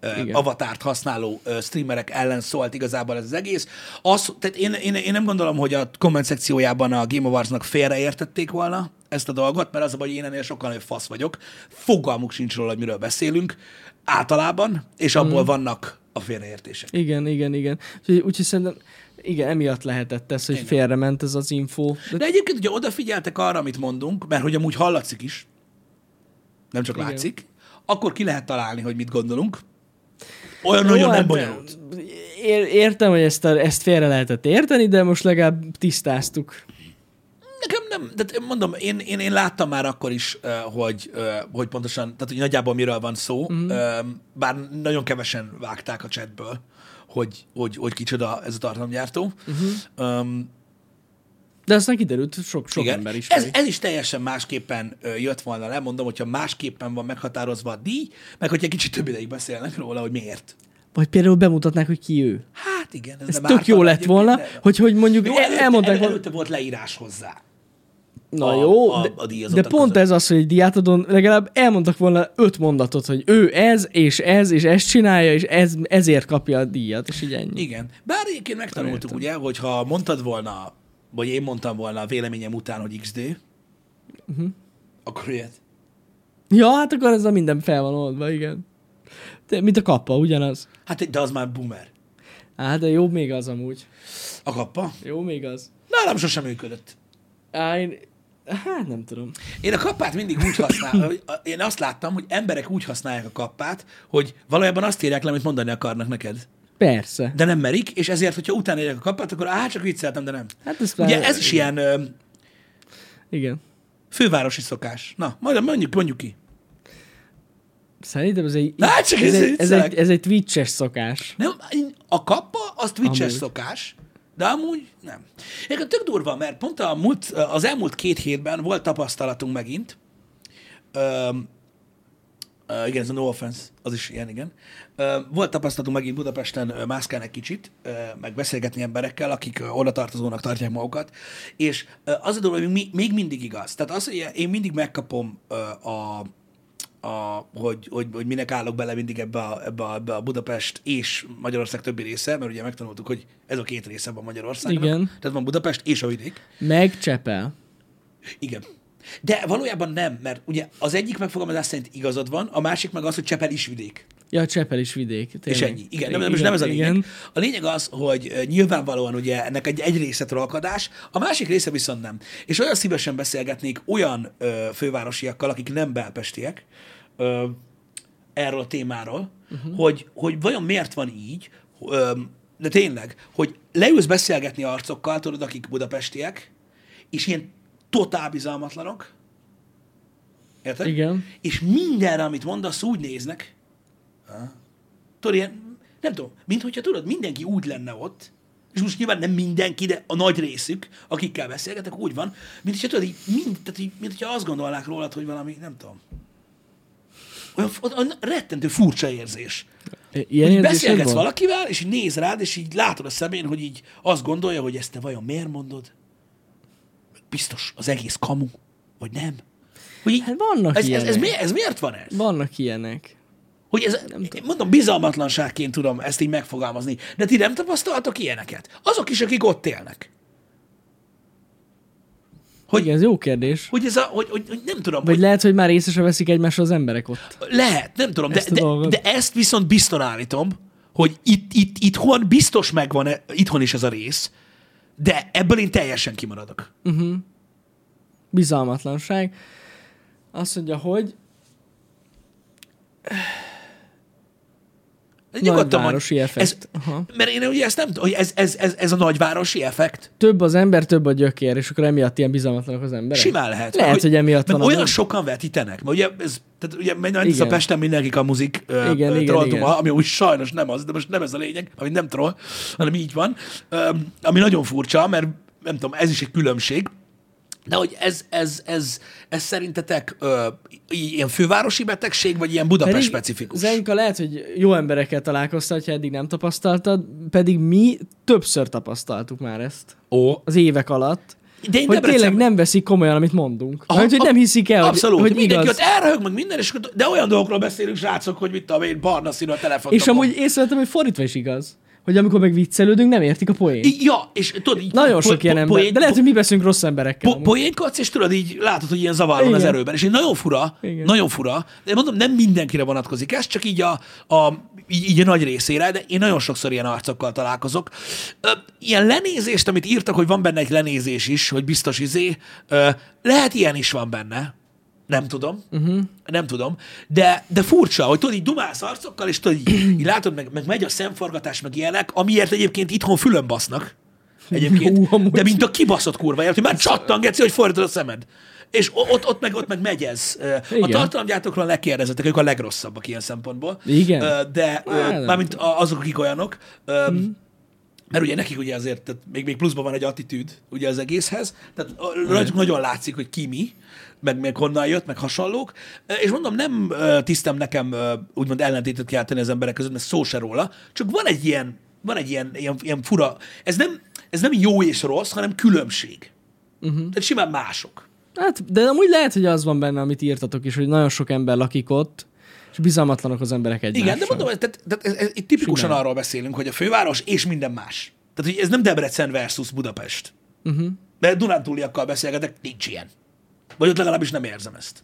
A: ö,
B: Igen.
A: avatárt használó ö, streamerek ellen szólt igazából ez az egész. Az, tehát én, én, én nem gondolom, hogy a komment szekciójában a Game Awards-nak félreértették volna ezt a dolgot, mert az a baj, hogy én ennél sokkal nagyobb fasz vagyok. Fogalmuk sincs róla, hogy miről beszélünk általában, és
B: Hmm.
A: abból vannak a félreértések.
B: Igen, igen, igen. Úgyhogy, úgyhogy szerintem, igen, emiatt lehetett ez, hogy igen. félrement ez az info. De
A: De egyébként ugye odafigyeltek arra, amit mondunk, mert hogy amúgy hallatszik is, nem csak
B: Igen.
A: látszik, akkor ki lehet találni, hogy mit gondolunk. Olyan Jó, nagyon
B: Jó,
A: nem
B: hát,
A: bonyolult.
B: Ér, értem, hogy ezt, a, ezt félre lehetett érteni, de most legalább tisztáztuk.
A: Nekem nem, de mondom, én, én, én láttam már akkor is, ö, hogy, ö, hogy pontosan, tehát hogy nagyjából miről van szó,
B: Mhm.
A: mm. bár nagyon kevesen vágták a
B: Mhm.
A: chatből, hogy, hogy, hogy kicsoda ez a tartalomgyártó. Mm-hmm.
B: De aztán kiderült, sok, sok
A: Igen.
B: ember is.
A: ez, ez is teljesen másképpen ö, jött volna le, mondom, hogyha másképpen van meghatározva a díj, meg hogyha kicsit több ideig beszélnek róla, hogy miért.
B: Vagy például bemutatnák, hogy ki ő.
A: Hát igen, ez,
B: Ez
A: nem
B: tök jó
A: ártana
B: lett
A: egyébként,
B: volna,
A: de-
B: hogy, hogy mondjuk
A: Jó,
B: el,
A: előtte,
B: elmondták
A: elmondták,
B: volna.
A: előtte volt leírás hozzá.
B: Na
A: a-
B: jó,
A: a-
B: de,
A: a díjazottak
B: de pont
A: között.
B: ez az, hogy egy diátadon legalább elmondtak volna öt mondatot, hogy ő ez, és ez, és ezt csinálja, és ez, ezért kapja a díjat, és így ennyi.
A: Igen. Bár egyébként megtanultuk,
B: Értem.
A: ugye, hogy ha mondtad volna, vagy én mondtam volna a véleményem után, hogy XD, uh-huh. akkor ilyet.
B: Ja, hát akkor ez a minden fel van oldva, igen. De, mint a kappa, ugyanaz.
A: Hát, de az már boomer.
B: Á, de jó még az amúgy.
A: A kappa?
B: Jó még az.
A: Nálam sosem működött.
B: Á, én... Hát nem tudom.
A: Én a kappát mindig úgy használom, hogy a- én azt láttam, hogy emberek úgy használják a kappát, hogy valójában azt írják le, amit mondani akarnak neked.
B: Persze.
A: De nem merik, és ezért, hogyha utána írják a kappát, akkor á, csak vicceltem, de nem.
B: Hát ez
A: Ugye ez is ilyen ö,
B: Igen.
A: fővárosi szokás. Na, majd mondjuk, mondjuk ki.
B: Szerintem ez egy...
A: Na, csak ez
B: ez, egy, ez,
A: viccelek.
B: egy, ez egy twitches szokás.
A: Nem, a kappa, az twitches
B: Amúgy.
A: szokás, de amúgy nem. Egyébként tök durva, mert pont a múlt, az elmúlt két hétben volt tapasztalatunk megint. Öm, ö, igen, ez a no offense, az is ilyen, igen. Öm, volt tapasztalatunk megint Budapesten ö, mászkálni egy kicsit, ö, meg beszélgetni emberekkel, akik ö, oda tartozónak tartják magukat, és ö, az a dolog, ami mi- még mindig igaz. Tehát az, hogy én mindig megkapom ö, a a, hogy, hogy, hogy minek állok bele mindig ebbe a, ebbe, a, ebbe a Budapest és Magyarország többi része, mert ugye megtanultuk, hogy ez a két része van Magyarországnak.
B: Igen.
A: Tehát van Budapest és a vidék.
B: Megcsepel.
A: Igen. De valójában nem, mert ugye az egyik megfogalmazás szerint igazad van, a másik meg az, hogy Csepel is vidék.
B: Ja, Csepel is vidék. Tényleg.
A: És ennyi. Igen, nem, nem, most nem ez a lényeg. Igen. A lényeg az, hogy ö, nyilvánvalóan ugye ennek egy, egy része trollkodás, a másik része viszont nem. És olyan szívesen beszélgetnék olyan ö, fővárosiakkal, akik nem belpestiek, ö, erről a témáról, uh-huh. hogy, hogy vajon miért van így, ö, de tényleg, hogy leülsz beszélgetni arcokkal, tudod, akik budapestiek, és ilyen totál bizalmatlanok, érted?
B: Igen.
A: És mindenre, amit mondasz, úgy néznek, tudod, ilyen, nem tudom, mint hogyha tudod, mindenki úgy lenne ott, és most nyilván nem mindenki, de a nagy részük, akikkel beszélgetek, úgy van, mint hogyha tudod, így, mind, tehát így, mint hogyha azt gondolnák rólad, hogy valami, nem tudom, olyan, olyan, olyan rettentő furcsa érzés.
B: Ilyen
A: Hogy
B: érzésed
A: beszélgetsz
B: van?
A: valakivel, és így néz rád, és így látod a szemén, hogy így azt gondolja, hogy ezt te vajon miért mondod? Biztos az egész kamu, vagy nem? Hogy így,
B: Hát vannak
A: ez, ez, ez,
B: ilyenek.
A: mi, ez miért van ez?
B: Vannak ilyenek.
A: Hogy ez, én mondom, bizalmatlanságként tudom ezt így megfogalmazni, de ti nem tapasztaltok ilyeneket? Azok is, akik ott élnek. Hogy-
B: Hogy? Igen, ez jó kérdés.
A: Hogy ez a, hogy, hogy, hogy nem tudom,
B: Vagy
A: hogy
B: lehet, hogy már észre se veszik egymásra az emberek ott.
A: lehet, nem tudom, de,
B: Ezt a
A: de,
B: dolgot.
A: de ezt viszont bizton állítom, hogy itt, itt, itthon biztos megvan, e- itthon is ez a rész, de ebből én teljesen kimaradok.
B: Bizalmatlanság. Azt mondja, hogy
A: Nyugodtan
B: Nagyvárosi
A: mondj.
B: effekt.
A: Ez,
B: Aha.
A: mert én ugye ezt nem tudom, hogy ez, ez, ez, ez a nagyvárosi effekt.
B: több az ember, több a gyökér, és akkor emiatt ilyen bizalmatlanak az emberek.
A: Simán lehet.
B: Lehet, hogy emiatt
A: meg
B: van
A: Olyan
B: amúgy.
A: sokan vetítenek, mert ugye, ez, tehát ugye men- ment ez a
B: Igen.
A: Pesten mindenkik a muzik igen,
B: Igen,
A: igen,
B: igen,
A: trollduma,
B: igen.
A: ami úgy sajnos nem az, de most nem ez a lényeg, ami nem troll, hanem így van, ö, ami nagyon furcsa, mert nem tudom, ez is egy különbség, de hogy ez, ez, ez, ez szerintetek ö, i- ilyen fővárosi betegség, vagy ilyen Budapest
B: Pedig
A: specifikus?
B: Zenka lehet, hogy jó emberekkel találkoztál, ha eddig nem tapasztaltad, pedig mi többször tapasztaltuk már ezt
A: Ó,
B: az évek alatt,
A: de én
B: hogy tényleg
A: Debrecenben-
B: nem veszik komolyan, amit mondunk.
A: Aha,
B: Aha, hogy
A: ab-
B: nem hiszik el,
A: Abszolút,
B: hogy, hogy
A: mindenki
B: igaz.
A: ott elröhög meg minden, és akkor- de olyan dolgokról beszélünk, srácok, hogy mit tudom én, barna színű a telefon.
B: És amúgy észrevettem, hogy fordítva is igaz. Hogy amikor meg viccelődünk, nem értik a poént.
A: I- Ja, és tudod, így
B: Nagyon
A: po-
B: sok ilyen
A: po-
B: ember.
A: poén-
B: De lehet,
A: po-
B: hogy mi beszélünk rossz emberekkel.
A: po-
B: amúgy.
A: poénkodsz, és tudod, így látod, hogy ilyen zavar van az
B: Igen.
A: erőben. És így nagyon fura,
B: Igen.
A: nagyon fura. De mondom, nem mindenkire vonatkozik ez, csak így a, a, így, így a nagy részére, de én nagyon sokszor ilyen arcokkal találkozok. Ö, ilyen lenézést, amit írtak, hogy van benne egy lenézés is, hogy biztos izé, ö, lehet ilyen is van benne. Nem tudom.
B: Mhm.
A: Uh-huh. Nem tudom. De, de furcsa, hogy tudod, így dumálsz arcokkal, és tudod, így, így látod, meg, meg megy a szemforgatás, meg ilyenek, amiért egyébként itthon fülön basznak.
B: Jó,
A: Egyébként,
B: amúgy.
A: de mint a kibaszott kurva, ért, hogy már csattan, geci, hogy fordítod a szemed. És o- ott, ott, meg, ott meg megy ez. Ö, A
B: Igen.
A: tartalomgyártókról lekérdezettek, ők a legrosszabbak ilyen szempontból.
B: Igen.
A: Ö, De ö,
B: Á, nem
A: mármint a- azok, akik olyanok. Ö, Mert ugye nekik ugye azért, tehát még, még pluszban van egy attitűd ugye az egészhez, tehát a- rajtuk nagyon látszik, hogy ki mi, meg, meg honnan jött, meg hasonlók. És mondom, nem ö, tisztem nekem ö, úgymond ellentétet kiáltani az emberek között, mert szó se róla, csak van egy ilyen, van egy ilyen, ilyen, ilyen fura, ez nem, ez nem jó és rossz, hanem különbség. Uh-huh. Tehát simán mások.
B: Hát, de amúgy lehet, hogy az van benne, amit írtatok is, hogy nagyon sok ember lakik ott, és bizalmatlanok az emberek egymással.
A: Igen, de mondom, ez- tehát, tehát ez, ez, itt tipikusan
B: Simán.
A: arról beszélünk, hogy a főváros és minden más. Tehát, hogy ez nem Debrecen versus Budapest.
B: Mhm.
A: Uh-huh. De Dunántúliakkal beszélgetek, nincs ilyen. Vagy ott legalábbis nem érzem ezt.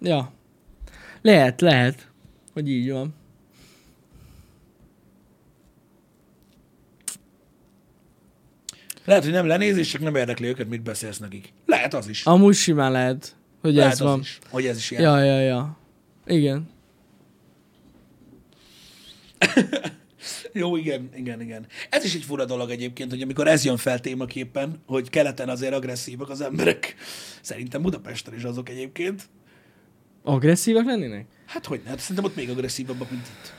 B: Ja. Lehet, lehet, hogy így van.
A: Lehet, hogy nem lenézés, csak nem érdekli őket, mit beszélsz nekik. Lehet az is.
B: Amúgy simán lehet, hogy
A: Lehet
B: ez
A: az
B: van.
A: is, hogy ez is ilyen. Ja.
B: Ja, ja, ja. Igen.
A: Jó, igen, igen, igen. Ez is egy fura dolog egyébként, hogy amikor ez jön fel témaképpen, hogy keleten azért agresszívak az emberek. Szerintem Budapesten is azok egyébként.
B: Agresszívek lennének?
A: Hát hogy ne? Hát szerintem ott még agresszívabbak, mint itt.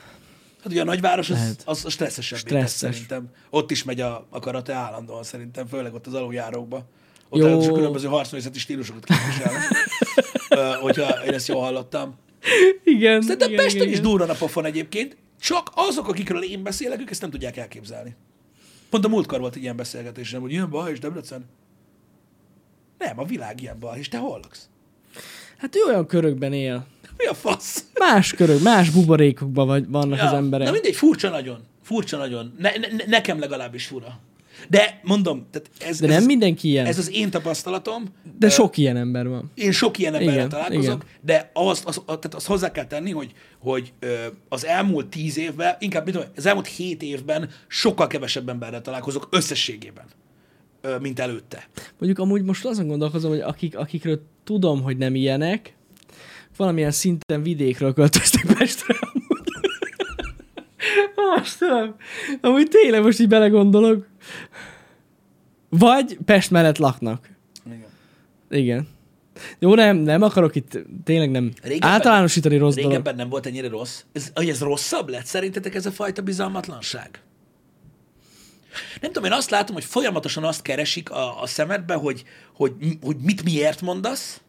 A: Hát ugye a nagyváros az,
B: Lehet.
A: az, az stresszesebb.
B: Stresszes.
A: Szerintem. Ott is megy a, a karate állandóan szerintem, főleg ott az aluljárókba. Ott
B: Jó.
A: ráadásul különböző harcművészeti stílusokat képviselnek. Ö, hogyha én ezt jól hallottam.
B: Igen.
A: Szerintem
B: igen,
A: Pesten
B: igen,
A: is
B: igen.
A: durran a pofon egyébként, csak azok, akikről én beszélek, ők ezt nem tudják elképzelni. Pont a múltkor volt egy ilyen beszélgetésem, hogy ilyen baj, és Debrecen. Nem, a világ ilyen baj, és te hol laksz?
B: Hát ő olyan körökben él.
A: Mi a fasz?
B: Más körök, más buborékokban vagy, vannak ja, az emberek.
A: Na mindegy, furcsa nagyon. Furcsa nagyon. Ne, ne, ne- nekem legalábbis fura. De mondom, tehát ez,
B: De
A: ez,
B: nem mindenki ilyen.
A: ez az én tapasztalatom.
B: De sok ilyen ember van.
A: Én sok ilyen emberrel
B: Igen,
A: találkozok, igen. de azt, az, a- tehát azt hozzá kell tenni, hogy, hogy ö, az elmúlt tíz évben, inkább mit tudom, az elmúlt hét évben sokkal kevesebb emberrel találkozok összességében, ö, mint előtte.
B: Mondjuk amúgy most azon gondolkozom, hogy akik, akikről tudom, hogy nem ilyenek, valamilyen szinten vidékről költöztek Pestre. amúgy. most tudom. Amúgy tényleg most így belegondolok. Vagy Pest mellett laknak.
A: Igen.
B: Igen. Jó, nem, nem akarok itt, tényleg nem.
A: Régebben-
B: Általánosítani rossz dolog.
A: Régebben nem volt ennyire rossz. Ez, hogy ez rosszabb lett szerintetek ez a fajta bizalmatlanság? Nem tudom, én azt látom, hogy folyamatosan azt keresik a, a szemedbe, hogy, hogy, hogy mit miért mondasz.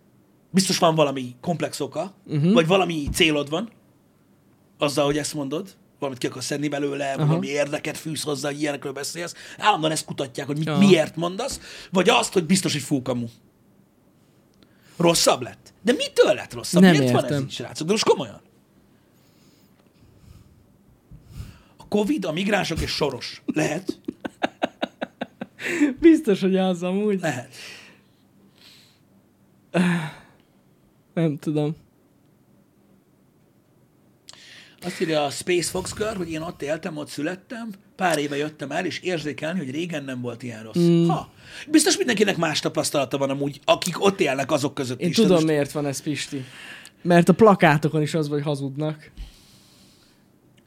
A: Biztos van valami komplex oka,
B: Mhm.
A: uh-huh. vagy valami célod van azzal, hogy ezt mondod. Valamit ki akarsz szedni belőle, Aha. valami érdeket fűsz hozzá, hogy ilyenekről beszélsz. Állandóan ezt kutatják, hogy mit,
B: Aha.
A: miért mondasz, vagy azt, hogy biztos, hogy fúkamú. Rosszabb lett? De mitől lett rosszabb?
B: Nem
A: Miért van ez
B: értem.
A: így, srácok? De most komolyan. A Covid, a migránsok és soros. Lehet?
B: Biztos, hogy az amúgy.
A: Lehet.
B: Nem tudom.
A: Azt írja a Space Fox Girl, hogy én ott éltem, ott születtem, pár éve jöttem el, és érzékelni, hogy régen nem volt ilyen rossz. Mm. Ha. Biztos mindenkinek más tapasztalata van amúgy, akik ott élnek azok között
B: Én
A: is.
B: tudom,
A: Tehát most-
B: miért van ez, Pisti. Mert a plakátokon is az, hogy hazudnak.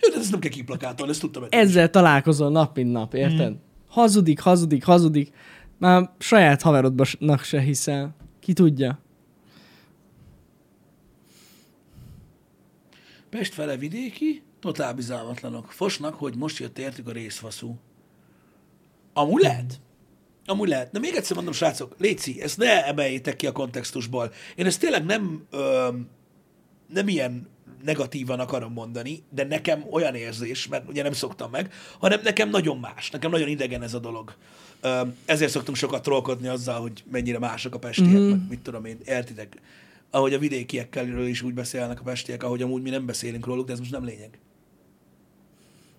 A: Jó, de ezt nem kell kiplakátolni, ezt tudtam. Ez...
B: Ezzel találkozol nap, mint nap, érted?
A: Mhm.
B: Mm. Hazudik, hazudik, hazudik. Már saját haverodnak se hiszel. Ki tudja?
A: Pest fele vidéki, totál bizalmatlanok. Fosnak, hogy most jött értük a részfaszú. Amúgy lehet. Amúgy lehet. Na még egyszer mondom, srácok, Léci, ezt ne emeljétek ki a kontextusból. Én ezt tényleg nem, ö, nem ilyen negatívan akarom mondani, de nekem olyan érzés, mert ugye nem szoktam meg, hanem nekem nagyon más, nekem nagyon idegen ez a dolog. Ö, ezért szoktunk sokat trollkodni azzal, hogy mennyire mások a
B: Mhm.
A: pestiek, mm. meg mit tudom én, értitek. Ahogy a vidékiekkel is úgy beszélnek a pestiek, ahogy amúgy mi nem beszélünk róluk, de ez most nem lényeg.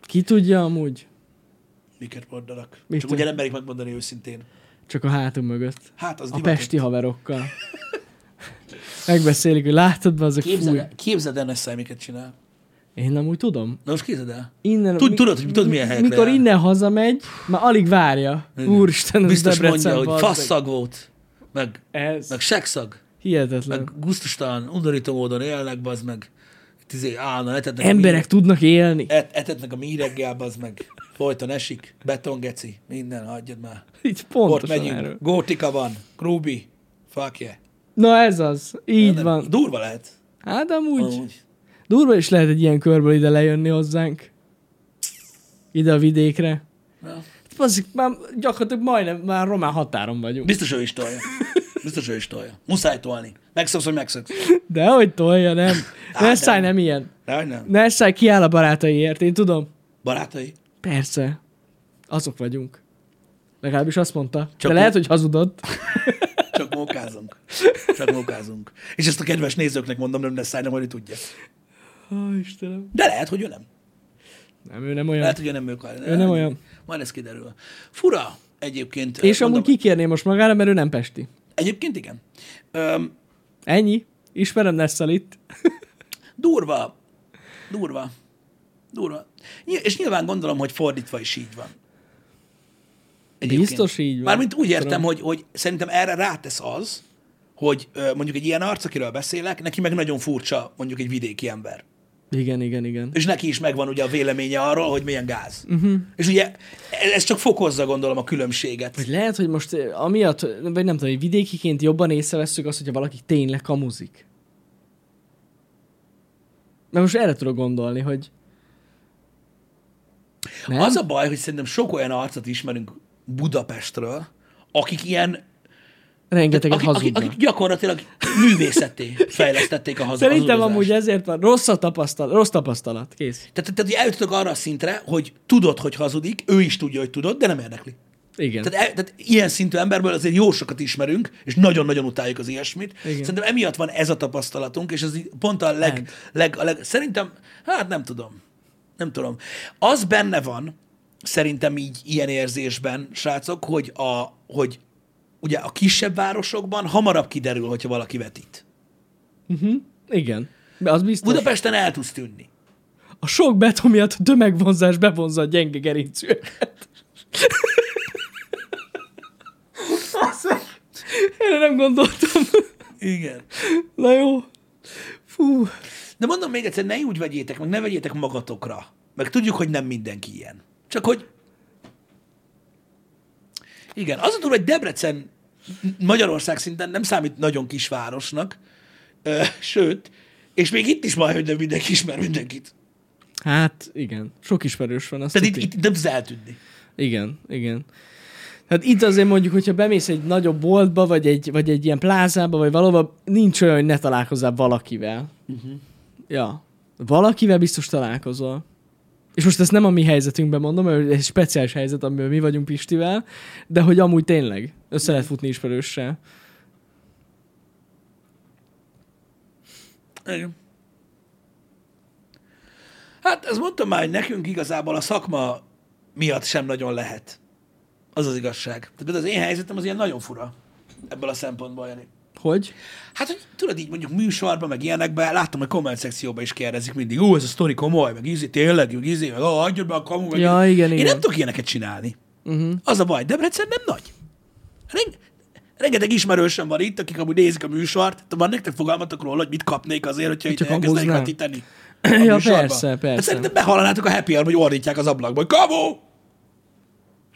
B: Ki tudja amúgy?
A: Miket mondanak.
B: Mit
A: Csak
B: tudom?
A: ugye nem merik megmondani őszintén.
B: Csak a hátunk mögött.
A: Hát az
B: A
A: divatott.
B: pesti haverokkal. Megbeszélik, hogy látod be azok,
A: Képzeld,
B: fúj.
A: el- képzeld el Nessai, miket csinál.
B: Én amúgy tudom.
A: Na most képzeld el.
B: Innen,
A: Tud- tudod, hogy- tudod, milyen helyekre
B: Mikor
A: jár.
B: innen hazamegy, már alig várja. Úristen, ez
A: Biztos
B: Debrecen
A: mondja, hogy
B: bazd meg.
A: fasszag volt, meg,
B: Ez
A: meg sekszag,
B: hihetetlen.
A: meg gusztustalan, undorító módon élnek, bazd meg. Tizé, állna, etetnek
B: Emberek tudnak élni.
A: A mi, et, etetnek a mi reggel, bazd meg. Folyton esik, betongeci, minden, hagyjad már.
B: Így
A: Ott
B: pontosan
A: megyünk,
B: erről.
A: gótika van, Krúbi, fuck yeah.
B: Na ez az. Így
A: Nem,
B: van.
A: Durva lehet.
B: Hát amúgy
A: Amúgy.
B: durva is lehet egy ilyen körből ide lejönni hozzánk. Ide a vidékre.
A: Na.
B: Baszik, már gyakorlatilag majdnem, már román határon vagyunk.
A: Biztos ő is tolja. Biztos ő is tolja. Muszáj tolni. Megszoksz, hogy megszoksz.
B: De hogy tolja, nem.
A: de-
B: Nesszáj nem ilyen.
A: De hogy nem?
B: Nesszáj kiáll a barátaiért, én tudom.
A: Barátai?
B: Persze. Azok vagyunk. Legalábbis azt mondta. Csak
A: Csak
B: De
A: mi-
B: lehet, hogy hazudott.
A: Csak mókázunk. Csak mókázunk. És ezt a kedves nézőknek mondom, nem lesz szájnem, hogy ő tudja.
B: Ó, oh, Istenem.
A: De lehet, hogy ő nem.
B: Nem, ő nem olyan.
A: Lehet, hogy ő nem ők.
B: Ő nem olyan.
A: Majd ez kiderül. Fura egyébként.
B: És
A: mondom,
B: amúgy kikérné most magára, mert ő nem pesti.
A: Egyébként igen. Öm,
B: Ennyi. Ismerem Nesszel itt.
A: durva. Durva. Durva. Ny- és nyilván gondolom, hogy fordítva is így van.
B: Biztos így van.
A: Mármint úgy
B: Tudom.
A: értem, hogy, hogy szerintem erre rátesz az, hogy ö, mondjuk egy ilyen arc, akiről beszélek, neki meg nagyon furcsa mondjuk egy vidéki ember.
B: Igen, igen, igen.
A: És neki is megvan ugye a véleménye arról, hogy milyen gáz.
B: Mhm.
A: Uh-huh. És ugye ez- ez csak fokozza gondolom a különbséget.
B: Vagy lehet, hogy most eh, amiatt, vagy nem tudom, hogy vidékiként jobban észrevesszük azt, hogyha valaki tényleg kamuzik. Mert most erre tudok gondolni, hogy... Nem?
A: Az a baj, hogy szerintem sok olyan arcot ismerünk Budapestről, akik ilyen
B: Rengeteget
A: akik, akik,
B: hazudnak.
A: akik gyakorlatilag művészetté fejlesztették a haz,
B: Szerintem
A: hazudozást.
B: amúgy ezért van. Rossz a tapasztalat. Rossz tapasztalat. Kész.
A: Tehát, tehát hogy eljutottak arra a szintre, hogy tudod, hogy hazudik, ő is tudja, hogy tudod, de nem érdekli.
B: Igen. Tehát...
A: Tehát, e- tehát ilyen szintű emberből azért jó sokat ismerünk, és nagyon-nagyon utáljuk az ilyesmit.
B: Igen.
A: Igen. Szerintem emiatt van ez a tapasztalatunk, és ez így pont a leg,
B: Lehet.
A: leg, a leg... Szerintem, hát nem tudom. Nem tudom. Az benne van, szerintem így ilyen érzésben, srácok, hogy a, hogy ugye a kisebb városokban hamarabb kiderül, hogyha valaki vetít.
B: Igen. De az biztos. Budapest...
A: Budapesten el tudsz tűnni.
B: A sok beton miatt a tömegvonzás bevonza a gyenge gerincűeket. Erre nem gondoltam.
A: Igen.
B: Na jó. Fú.
A: De mondom még egyszer, ne úgy vegyétek, meg ne vegyétek magatokra. Meg tudjuk, hogy nem mindenki ilyen. Csak hogy... Igen, az a durva, hogy Debrecen Magyarország szinten nem számít nagyon kis városnak, ö, sőt, és még itt is majd, hogy nem mindenki ismer mindenkit.
B: Hát igen, sok ismerős van. Azt
A: Tehát itt,
B: tuti.
A: itt nem tudsz eltűnni.
B: Igen, igen. Hát itt azért mondjuk, hogyha bemész egy nagyobb boltba, vagy egy, vagy egy ilyen plázába, vagy valahova, nincs olyan, hogy ne találkozzál valakivel. Uh-huh.
A: Mhm.
B: Ja. Valakivel biztos találkozol. És most ezt nem a mi helyzetünkben mondom, mert ez egy speciális helyzet, amiben mi vagyunk Pistivel, de hogy amúgy tényleg össze lehet futni ismerőssel.
A: Igen. Hát, ez mondtam már, hogy nekünk igazából a szakma miatt sem nagyon lehet. Az az igazság. Tehát például az én helyzetem az ilyen nagyon fura ebből a szempontból, Jani.
B: Hogy?
A: Hát, hogy tudod, így mondjuk műsorban, meg ilyenekben, láttam, hogy komment szekcióban is kérdezik mindig, ó, ez a sztori komoly, meg ízi, tényleg, meg ízi, meg ó, adjad be a kamu, meg
B: Ja,
A: ízi."
B: igen,
A: Én
B: igen.
A: nem tudok ilyeneket csinálni.
B: Mhm.
A: Uh-huh. Az a baj, Debrecen nem nagy. Reng- rengeteg ismerősöm van itt, akik amúgy nézik a műsort, de van nektek fogalmatok róla, hogy mit kapnék azért, hogyha itt
B: Csak
A: elkezdenek
B: hangoznál.
A: vetíteni. a
B: Ja,
A: műsorba.
B: persze,
A: Hát
B: persze.
A: Szerintem behalanátok a happy hour, hogy ordítják az ablakba, hogy kamu!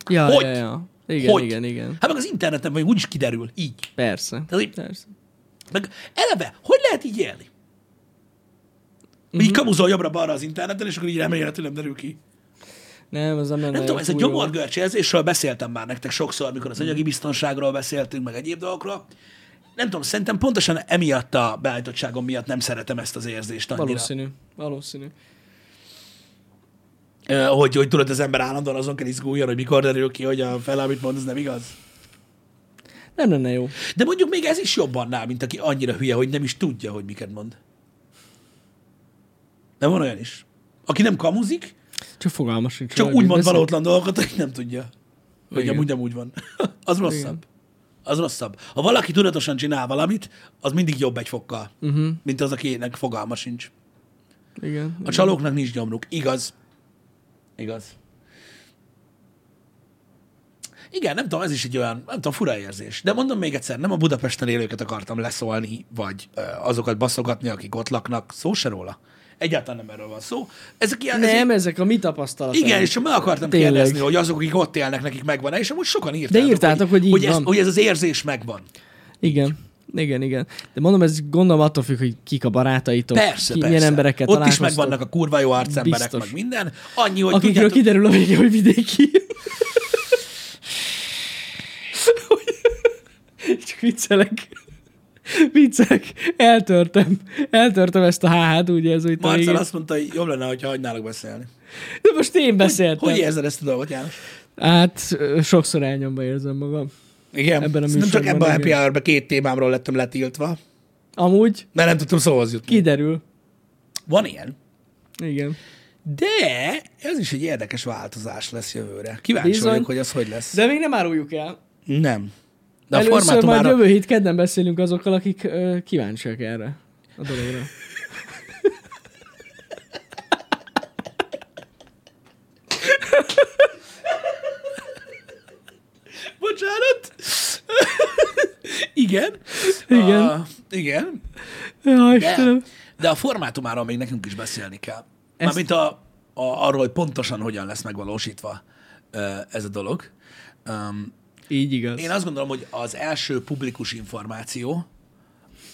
B: Ja,
A: Hogy?
B: ja, ja. Igen,
A: hogy?
B: igen, igen.
A: Hát meg az interneten vagy úgyis kiderül, így.
B: Persze.
A: Tehát, hogy
B: Persze.
A: Meg eleve, hogy lehet így élni? Uh-huh.
B: Mhm.
A: Így kamuzol jobbra-balra az interneten, és akkor így remélhető nem derül ki.
B: Nem, az nem lenne
A: Nem tudom, ez a
B: fújó.
A: gyomorgörcsi érzésről beszéltem már nektek sokszor, mikor
B: Hmm.
A: az anyagi biztonságról beszéltünk, meg egyéb dolgokról. Nem tudom, szerintem pontosan emiatt a beállítottságom miatt nem szeretem ezt az érzést annyira.
B: Valószínű, valószínű.
A: Ö, Hogy, hogy tudod, az ember állandóan azon kell izguljon, hogy mikor derül ki, hogy a fel, amit mond, az nem igaz.
B: Nem lenne jó.
A: De mondjuk még ez is jobb annál, mint aki annyira hülye, hogy nem is tudja, hogy miket mond. De van olyan is. Aki nem kamuzik,
B: Csak fogalmas sincs.
A: Csak
B: hogy
A: úgy
B: mit
A: mond
B: beszél.
A: valótlan dolgokat, hogy nem tudja. Hogy
B: Igen.
A: amúgy nem úgy van. Az rosszabb.
B: Igen.
A: Az rosszabb. Ha valaki tudatosan csinál valamit, az mindig jobb egy fokkal, uh-huh.
B: Mhm.
A: mint az, akinek fogalma sincs.
B: Igen.
A: A csalóknak nincs nyomruk. Igaz. Igaz. Igen, nem tudom, ez is egy olyan, nem tudom, fura érzés. De mondom még egyszer, nem a Budapesten élőket akartam leszólni, vagy ö, azokat baszogatni, akik ott laknak. Szó se róla. Egyáltalán nem erről van szó. Ezek ilyen, ez
B: Nem, ezek a mi tapasztalataink.
A: igen, és csak meg akartam
B: Tényleg.
A: Tényleg. kérdezni, hogy azok, akik ott élnek, nekik megvan-e, és amúgy sokan írtátok.
B: De írtátok, hogy így
A: hogy, ez,
B: van.
A: hogy ez az érzés megvan.
B: Igen. Igen, igen. De mondom, ez gondolom attól függ, hogy kik a barátaitok.
A: Persze,
B: ki,
A: persze.
B: Milyen emberekkel
A: Ott is
B: találkoztok.
A: megvannak a kurva jó arcemberek,
B: Biztos.
A: meg minden. Annyi, hogy
B: Akikről
A: tudjátok,
B: kiderül a végén, hogy vidéki. viccelek. Viccelek, eltörtem. Eltörtem ezt a háhát, úgy érzem itt a
A: Marcel
B: végén.
A: azt mondta, hogy jobb lenne, ha hagynálak beszélni.
B: De most én beszéltem.
A: Hogy érzed ezt a dolgot, János?
B: Hát ö, sokszor elnyomba érzem magam.
A: Igen.
B: Ebben a
A: nem csak
B: műsorban,
A: ebben a happy
B: igen.
A: hour két témámról lettem letiltva,
B: Amúgy
A: mert nem tudtam szóhoz jutni.
B: kiderül.
A: Van ilyen.
B: Igen.
A: De ez is egy érdekes változás lesz jövőre. Kíváncsi
B: Bizony.
A: vagyok, hogy az hogy lesz.
B: De még nem áruljuk el.
A: Nem. De a
B: Először majd
A: formátumára...
B: jövő hét kedden beszélünk azokkal, akik ö, kíváncsiak erre a dologra.
A: Bocsánat. igen.
B: Igen.
A: A, igen.
B: Ja,
A: De,
B: Istenem.
A: de a formátumáról még nekünk is beszélni kell. Mármint a, a, arról, hogy pontosan hogyan lesz megvalósítva ö, ez a dolog. Um,
B: Így igaz.
A: Én azt gondolom, hogy az első publikus információ,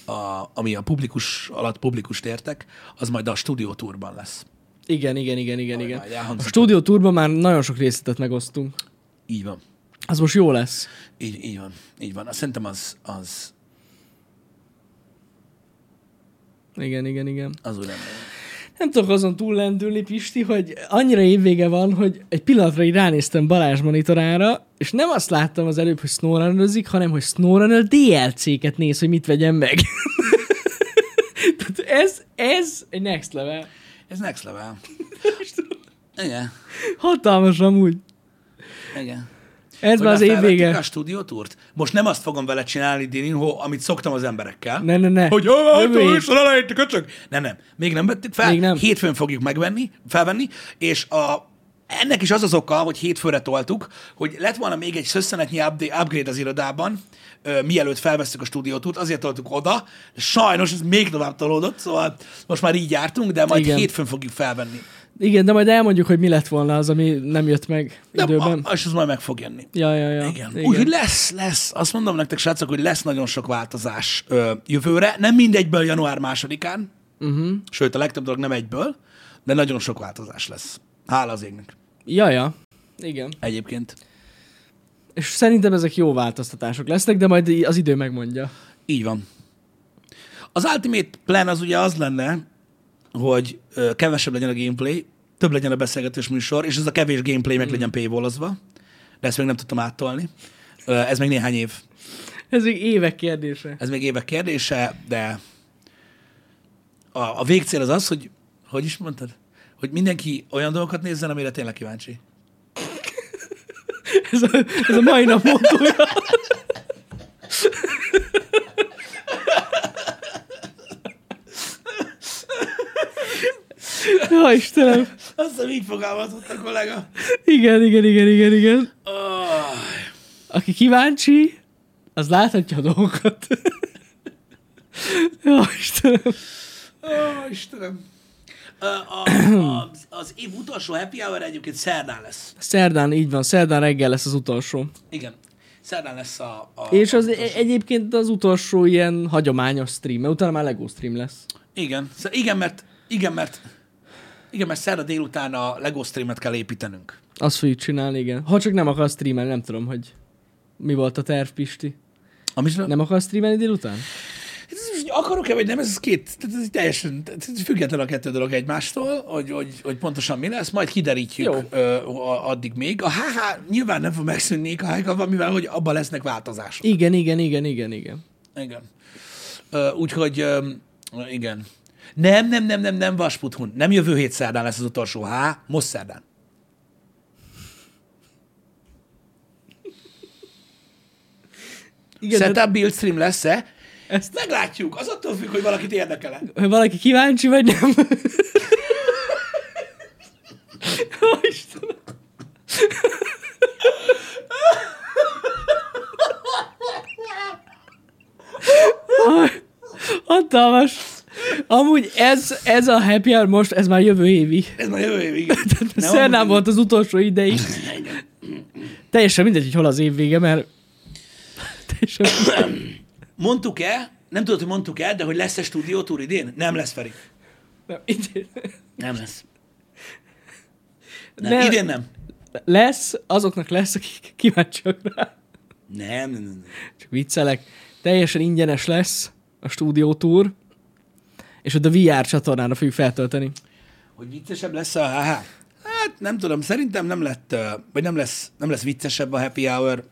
A: a, ami a publikus alatt publikus értek, az majd a stúdiótúrban lesz.
B: Igen, igen, igen, igen, igen.
A: már
B: A
A: elhangzott.
B: Studio Turban már nagyon sok részletet megosztunk.
A: Így van.
B: Az most jó lesz.
A: Így, így van. Így van. Azt szerintem az, az,
B: Igen, igen, igen.
A: az úgy nem.
B: Nem tudok azon túl lendülni, Pisti, hogy annyira évvége van, hogy egy pillanatra így ránéztem Balázs monitorára, és nem azt láttam az előbb, hogy snowrunnerözik, hanem hogy snowrunner DLC-ket néz, hogy mit vegyem meg. Tehát ez, ez egy next level.
A: Ez next level. Igen.
B: Hatalmas amúgy.
A: Igen.
B: Ez már az év
A: évvége. a
B: vége.
A: stúdiótúrt? Most nem azt fogom vele csinálni, Dininho, amit szoktam az emberekkel.
B: Ne, ne, ne.
A: Hogy "Ah, hát
B: Jövő
A: a
B: hét.
A: műsor elejét, köcsög! Nem, nem. Még nem vettük fel.
B: Még nem.
A: Hétfőn fogjuk megvenni, felvenni, és a ennek is az az oka, hogy hétfőre toltuk, hogy lett volna még egy szösszenetnyi upda- upgrade az irodában, ö, mielőtt felvesztük a stúdiótút, azért toltuk oda, de sajnos ez még tovább tolódott, szóval most már így jártunk, de majd Igen.
B: Igen.
A: hétfőn fogjuk felvenni.
B: Igen, de majd elmondjuk, hogy mi lett volna az, ami nem jött meg
A: De,
B: időben.
A: a, és az majd meg fog jönni.
B: Ja, ja, ja.
A: Igen. Igen. Úgyhogy lesz, lesz. Azt mondom nektek, srácok, hogy lesz nagyon sok változás ö, jövőre. Nem mindegyből január másodikán, uh-huh. sőt, a legtöbb dolog nem egyből, de nagyon sok változás lesz. Hála az égnek.
B: Ja, ja. Igen.
A: Egyébként.
B: És szerintem ezek jó változtatások lesznek, de majd az idő megmondja.
A: Így van. Az Ultimate Plan az ugye az lenne, hogy ö, kevesebb legyen a gameplay, több legyen a beszélgetés műsor, és ez a kevés gameplay meg legyen paywallozva. De ezt még nem tudtam áttolni. Ö, Ez még néhány év
B: Ez még évek kérdése.
A: ez még évek kérdése, de a, a végcél az az, hogy, hogy is mondtad? Hogy mindenki olyan dolgokat nézzen, amire tényleg kíváncsi.
B: Ez a, ez a mai nap mottoja. Ja, Istenem.
A: Azt hiszem, így fogalmazott a kollega.
B: Igen, igen, igen, igen, igen.
A: Oh,
B: Aki kíváncsi, az láthatja a dolgokat. Ja, Istenem.
A: oh, Istenem. Ö, A, a, az, az év utolsó happy hour egyébként szerdán lesz.
B: Szerdán, így van, szerdán reggel lesz az utolsó.
A: Igen. Szerdán lesz a... a
B: És
A: a
B: az
A: utolsó.
B: e- egyébként az utolsó ilyen hagyományos stream, mert utána már LEGO stream lesz.
A: Igen. Sz- Igen, mert... Igen, mert... Igen, mert szerda délután a LEGO streamet kell építenünk.
B: Azt fogjuk csinálni, igen. Ha csak nem akarsz streamelni, nem tudom, hogy mi volt a terv, Pisti.
A: Amit
B: Nem akarsz streamelni délután?
A: Ez most Akarok-e, vagy nem, ez két, tehát ez teljesen tehát ez független a kettő dolog egymástól, hogy, hogy, hogy pontosan mi lesz, majd kiderítjük
B: Jó.
A: ö, a- addig még. A HH nyilván nem fog megszűnni a HH, mivel hogy abban lesznek változások.
B: Igen, igen, igen, igen, igen.
A: Igen. Ö, Úgyhogy ö, igen. Nem, nem, nem, nem, nem Vasputhun. Nem jövő hét szerdán lesz az utolsó H, most szerdán.
B: igen tehát
A: Setup build stream lesz-e?
B: Ezt-
A: Ezt meglátjuk, az attól függ, hogy valakit érdekel
B: hogy valaki kíváncsi, vagy nem? Ó, Istenem. Ó, Hatalmas. Amúgy ez, ez a happy hour most, ez már jövő évi.
A: Ez már jövő évig. Nem,
B: Szernán
A: amúgy-
B: volt az utolsó ideig.
A: Igen.
B: Teljesen mindegy, hogy hol az év vége, mert... Teljesen mindegy.
A: Mondtuk-e, nem tudod, hogy mondtuk-e, de hogy lesz-e stúdiótúr idén? Nem lesz, Feri.
B: Nem, idén-
A: Nem lesz. Nem,
B: Ne-
A: idén nem.
B: Lesz, azoknak lesz, akik kíváncsiak rá.
A: Nem, nem, nem.
B: Csak viccelek. teljesen ingyenes lesz a stúdiótúr, és ott a VR csatornára fogjuk feltölteni.
A: Hogy viccesebb lesz a HH? Hát nem tudom, szerintem nem lett, ö, vagy nem lesz, nem lesz viccesebb a happy hour.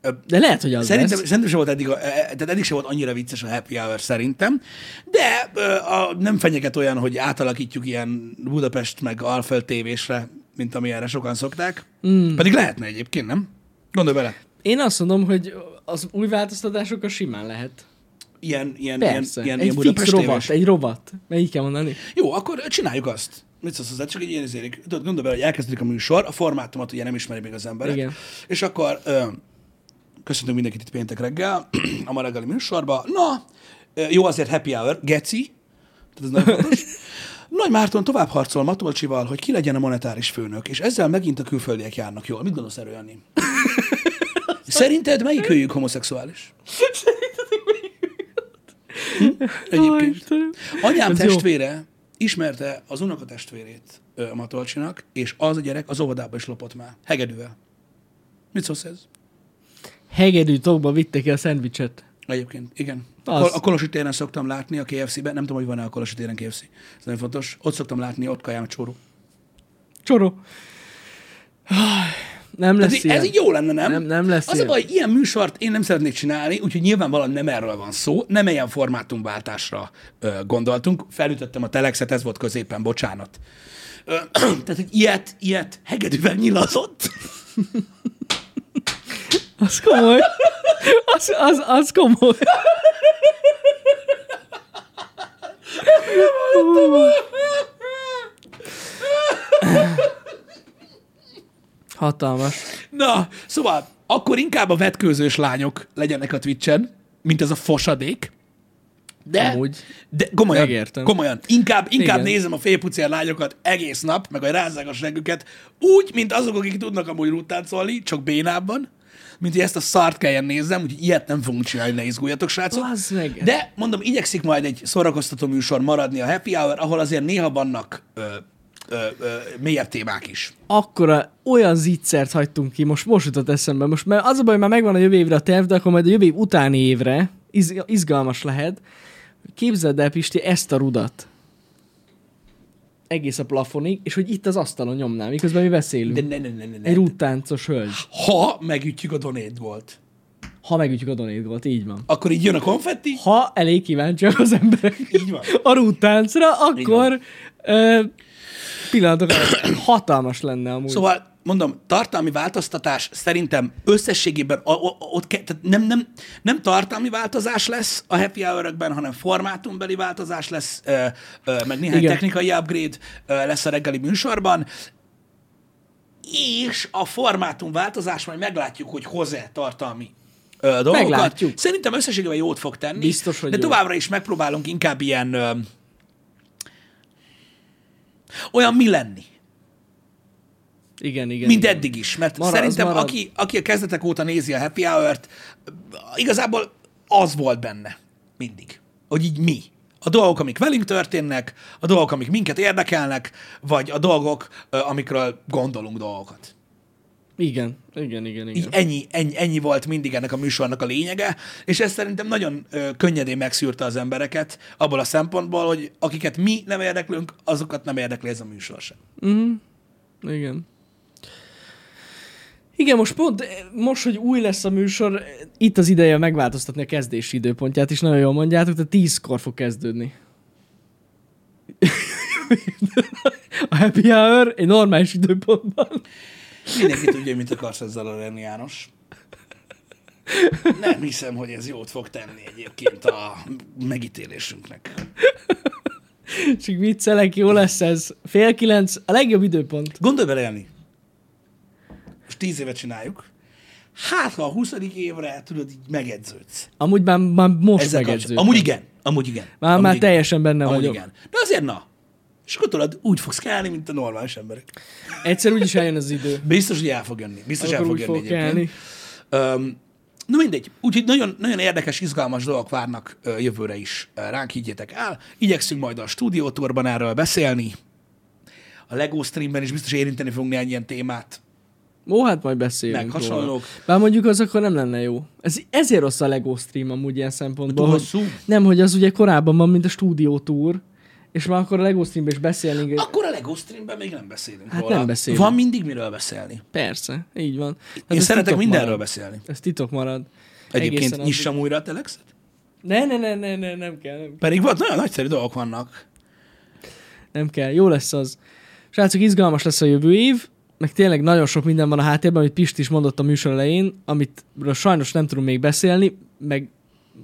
A: Ö,
B: De lehet, hogy az
A: Szerintem,
B: lesz.
A: szerintem sem volt eddig, a, e- e- tehát eddig sem volt annyira vicces a happy hour szerintem, de ö, a, nem fenyeget olyan, hogy átalakítjuk ilyen Budapest meg Alföld tévésre, mint amilyenre sokan szokták. Mm. Pedig lehetne egyébként, nem? Gondolj bele.
B: Én azt mondom, hogy az új változtatásokkal simán lehet.
A: Ilyen, ilyen, ilyen,
B: Persze.
A: ilyen,
B: egy
A: ilyen
B: fix
A: Budapest
B: rovat,
A: tévés.
B: egy rovat. Melyik kell mondani?
A: Jó, akkor csináljuk azt. Mit szólsz hozzá? Csak egy ilyen érzélik. Tudod, gondolj bele, hogy elkezdődik a műsor, a formátumot ugye nem ismeri még az emberek.
B: Igen.
A: És akkor ö, köszöntünk mindenkit itt péntek reggel, a ma reggeli műsorba. Na, ö, jó azért happy hour, geci. Tehát ez nagyon fontos. Nagy Márton tovább harcol Matolcsival, hogy ki legyen a monetáris főnök, és ezzel megint a külföldiek járnak jól. Mit gondolsz erről, Jani? Szerinted melyik őjük homoszexuális? Hm?
B: Ó,
A: Egyébként.
B: Istenem.
A: Anyám
B: Ez jó.
A: testvére ismerte az unokatestvérét ö, a Matolcsinak, és az a gyerek az óvodába is lopott már. Hegedűvel. Mit szólsz ez?
B: Hegedű tokba vitte ki a szendvicset.
A: Egyébként, igen.
B: Az.
A: Az. A Kolosi téren szoktam látni a KFC-ben, nem tudom, hogy van-e a Kolosi téren KFC. Ez nagyon fontos. Ott szoktam látni, ott kajám a csóró.
B: Csoró. Nem lesz
A: Ez, így-
B: ilyen.
A: ez így jó lenne, nem?
B: Nem- nem lesz
A: Az
B: ilyen.
A: a baj, ilyen műsort én nem szeretnék csinálni, úgyhogy nyilvánvalóan nem erről van szó, nem ilyen formátumváltásra ö, gondoltunk. Felütöttem a telexet, ez volt középen, bocsánat. Ö, tehát, hogy ilyet, ilyet hegedűvel nyilazott.
B: Az komoly. Az, az, az komoly. Hatalmas.
A: Na, szóval akkor inkább a vetkőzős lányok legyenek a Twitchen, mint ez a fosadék. De,
B: Amúgy.
A: de komolyan,
B: Megértem.
A: komolyan, inkább, inkább
B: Igen.
A: nézem a félpucér lányokat egész nap, meg a rázágas següket, úgy, mint azok, akik tudnak amúgy rúttáncolni, csak bénában, mint hogy ezt a szart kelljen nézzem, úgyhogy ilyet nem fogunk csinálni, ne izguljatok, srácok.
B: Bazd meg.
A: De mondom, igyekszik majd egy szórakoztató műsor maradni a happy hour, ahol azért néha vannak ö, ö, ö, mélyebb témák is.
B: Mm. Akkora olyan zicsert hagytunk ki, most most jutott eszembe, most mert az a baj, már megvan a jövő évre a terv, de akkor majd a jövő év utáni évre iz, izgalmas lehet. Képzeld el, Pisti, ezt a rudat. Egész a plafonig, és hogy itt az asztalon nyomnám, miközben mi beszélünk.
A: De ne, ne, ne, ne, ne.
B: Egy rúttáncos hölgy.
A: Ha megütjük a donét volt.
B: Ha megütjük a donét gólt, így van.
A: Akkor így jön a konfetti?
B: Ha elég kíváncsiak az emberek
A: Így van.
B: a rúttáncra, akkor ö, pillanatok alatt hatalmas lenne amúgy. Szóval...
A: Szóval mondom, tartalmi változtatás szerintem összességében a, a, ott ke, tehát nem, nem, nem tartalmi változás lesz a happy hour hanem formátumbeli változás lesz, ö, ö, meg néhány
B: Igen.
A: technikai upgrade ö, lesz a reggeli műsorban, és a formátum változás majd meglátjuk, hogy hoz-e tartalmi ö, dolgokat.
B: Meglátjuk.
A: Szerintem összességében jót fog tenni.
B: Biztos, hogy
A: de
B: jó.
A: továbbra is megpróbálunk inkább ilyen ö, olyan mi lenni
B: Igen, igen.
A: mint
B: igen.
A: eddig is. Mert
B: Marad,
A: marad,
B: az
A: szerintem,
B: marad.
A: aki, aki a kezdetek óta nézi a Happy Hour-t, igazából az volt benne mindig, hogy így mi. A dolgok, amik velünk történnek, a dolgok, amik minket érdekelnek, vagy a dolgok, ö, amikről gondolunk dolgokat.
B: Igen, igen, igen, igen.
A: Így ennyi, ennyi, ennyi volt mindig ennek a műsornak a lényege, és ez szerintem nagyon ö, könnyedén megszűrte az embereket, abból a szempontból, hogy akiket mi nem érdeklünk, azokat nem érdekli ez a műsor sem.
B: Igen. Igen, most pont, most, hogy új lesz a műsor, itt az ideje megváltoztatni a kezdési időpontját is, nagyon jól mondjátok, tehát tízkor fog kezdődni. a happy hour egy normális időpontban.
A: Mindenki tudja, hogy mit akarsz ezzel a lenni, János. Nem hiszem, hogy ez jót fog tenni egyébként a megítélésünknek.
B: Csak viccelek, jó lesz ez. Fél kilenc, a legjobb időpont.
A: Gondolj bele, Jani. Most tíz éve csináljuk. Hát, ha a 20. évre, tudod, így megedződsz.
B: Amúgy már, már most
A: Ezzel
B: megedző.
A: kapcsolatban. Amúgy igen. Amúgy igen.
B: Már-
A: amúgy
B: már
A: igen.
B: teljesen benne
A: amúgy
B: vagyok.
A: igen. De azért na. És akkor tudod, úgy fogsz kelni, mint a normális emberek.
B: Egyszer úgyis eljön az idő.
A: Biztos, hogy el fog jönni. Biztos,
B: Akkor
A: el fog
B: úgy
A: jönni
B: fogok
A: egyébként.
B: kelni.
A: Öm, Na mindegy, úgyhogy nagyon, nagyon érdekes, izgalmas dolgok várnak ö, jövőre is ö, ránk, higgyétek el. Igyekszünk majd a stúdiótorban erről beszélni. A LEGO streamben is biztos érinteni fogunk néhány ilyen témát.
B: Ó, hát majd beszélünk.
A: Meg
B: róla.
A: hasonlók.
B: Bár mondjuk az akkor nem lenne jó. Ez, ezért rossz a LEGO stream amúgy ilyen szempontból.
A: Túl
B: hogy-
A: Hát, hosszú.
B: Nem, hogy az ugye korábban van, mint a stúdió túr, és már akkor a LEGO streamben is beszélnénk.
A: Akkor a LEGO streamben még nem beszélünk
B: Hát
A: róla.
B: nem beszélünk.
A: Van mindig miről beszélni.
B: Persze, így van. Hát
A: Én
B: ez
A: szeretek
B: titok
A: mindenről
B: marad.
A: beszélni.
B: Ez titok marad. Egészen
A: Egyébként
B: addig.
A: nyissam újra a telexet.
B: Ne, ne, ne, ne, ne, nem kell, nem,
A: Pedig volt nagyon nagyszerű dolgok vannak.
B: nem kell. Jó lesz az. Srácok, izgalmas lesz a jövő év, meg tényleg nagyon sok minden van a háttérben, amit Pist is mondott a műsor elején, amit sajnos nem tudunk még beszélni, meg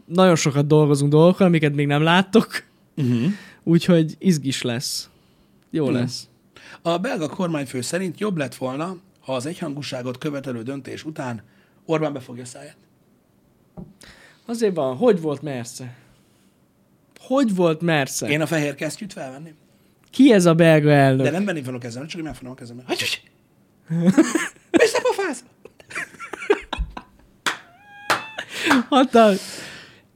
B: nagyon sokat dolgozunk dolgokkal, amiket még nem láttok, Mhm.
A: Uh-huh.
B: úgyhogy izgis lesz. Jó
A: Hmm.
B: lesz.
A: A belga kormányfő szerint jobb lett volna, ha az egyhangúságot követelő döntés után Orbán befogja a száját.
B: Azért van, hogy volt Merce? Hogy volt Merce? Én...
A: Én a fehér kesztyűt felvenném.
B: Ki ez a belga elnök?
A: De nem venném fel a kezemre, csak én megfogom a kezemre. Hagyj, hogy! Visszapofáz!
B: Hatal,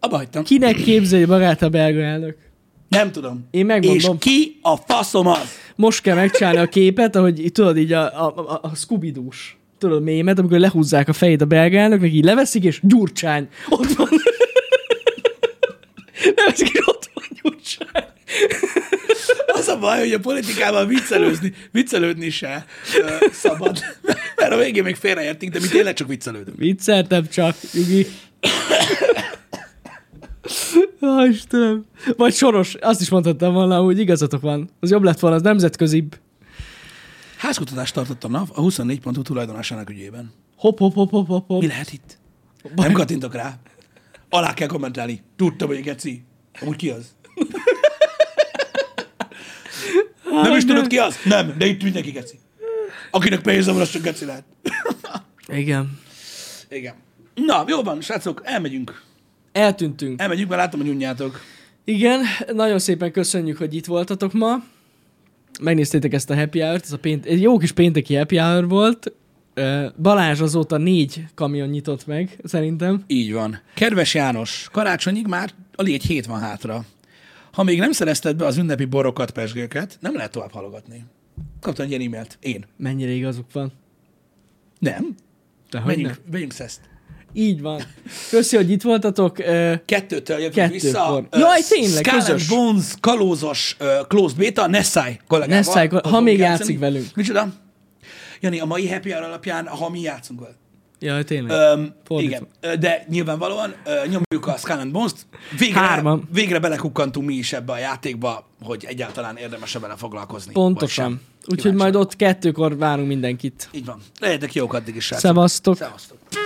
A: Abba hagytam.
B: Hát kinek képzelj magát a belga elnök?
A: Nem tudom.
B: Én megmondom.
A: És ki a faszom az?
B: Most kell megcsinálni a képet, ahogy így, tudod így a, a, a, a Scooby-Dús tudod, mémet, amikor lehúzzák a fejét a belga elnöknek, így leveszik, és gyurcsány, ott van. leveszik, és ott van gyurcsány.
A: Az a baj, hogy a politikával viccelőzni, viccelődni se ö, szabad. Mert a végén még félreértünk, de mi tényleg csak viccelődünk.
B: Vicceltem csak, Jugi. Ó, Istenem. Vagy soros, azt is mondhattam volna, hogy igazatok van. Az jobb lett volna, az nemzetközibb.
A: Házkutatást tartott a NAV a 24.hu tulajdonásának ügyében.
B: Hopp, hopp, hopp, hopp, hopp, hopp.
A: Mi lehet itt? Nem kattintok rá. Alá kell kommentálni. Tudtam, hogy geci. Amúgy ki az? Nem is tudod ki az? Nem, de itt mindenki geci. Akinek pénze van, az csak geci lehet.
B: Igen.
A: Igen. Na, jó van, srácok, elmegyünk.
B: Eltűntünk.
A: Elmegyünk, mert látom, hogy unjátok.
B: Igen, nagyon szépen köszönjük, hogy itt voltatok ma. Megnéztétek ezt a happy hour-t, ez a pént- egy jó kis pénteki happy hour volt. Ö, Balázs azóta négy kamion nyitott meg, szerintem.
A: Így van. Kedves János, karácsonyig már alig egy hét van hátra. Ha még nem szerezted be az ünnepi borokat, pesgőket, nem lehet tovább halogatni. Kaptam egy ilyen e-mailt. Én.
B: Mennyire igazuk van.
A: Nem.
B: De hogy
A: Menjünk,
B: nem?
A: menjünk szeszt.
B: Így van. Köszi, hogy itt voltatok. Ö,
A: Kettőtől jövünk
B: Kettőkor.
A: vissza. Ö,
B: Jaj, tényleg,
A: Skull and
B: közös.
A: Bones, kalózos, ö, closed beta, Nessai kollégával.
B: Nessai kol- ha
A: Fogunk
B: még
A: játszani.
B: játszik velünk.
A: Micsoda? Jani, a mai happy hour alapján, ha mi játszunk vele.
B: Jaj, tényleg.
A: Öm,
B: Fordítva.
A: igen, Ö, de nyilvánvalóan ö, nyomjuk a Skull and Bones-t. Végre,
B: Hárman.
A: végre belekukkantunk mi is ebbe a játékba, hogy egyáltalán érdemes -e vele foglalkozni. vagy
B: Pontosan.
A: sem.
B: Úgyhogy
A: Kíváncsi
B: majd
A: vagyok.
B: ott kettőkor várunk mindenkit.
A: Így van. Legyetek jók addig is, srácok.
B: Szevasztok.
A: Szevasztok.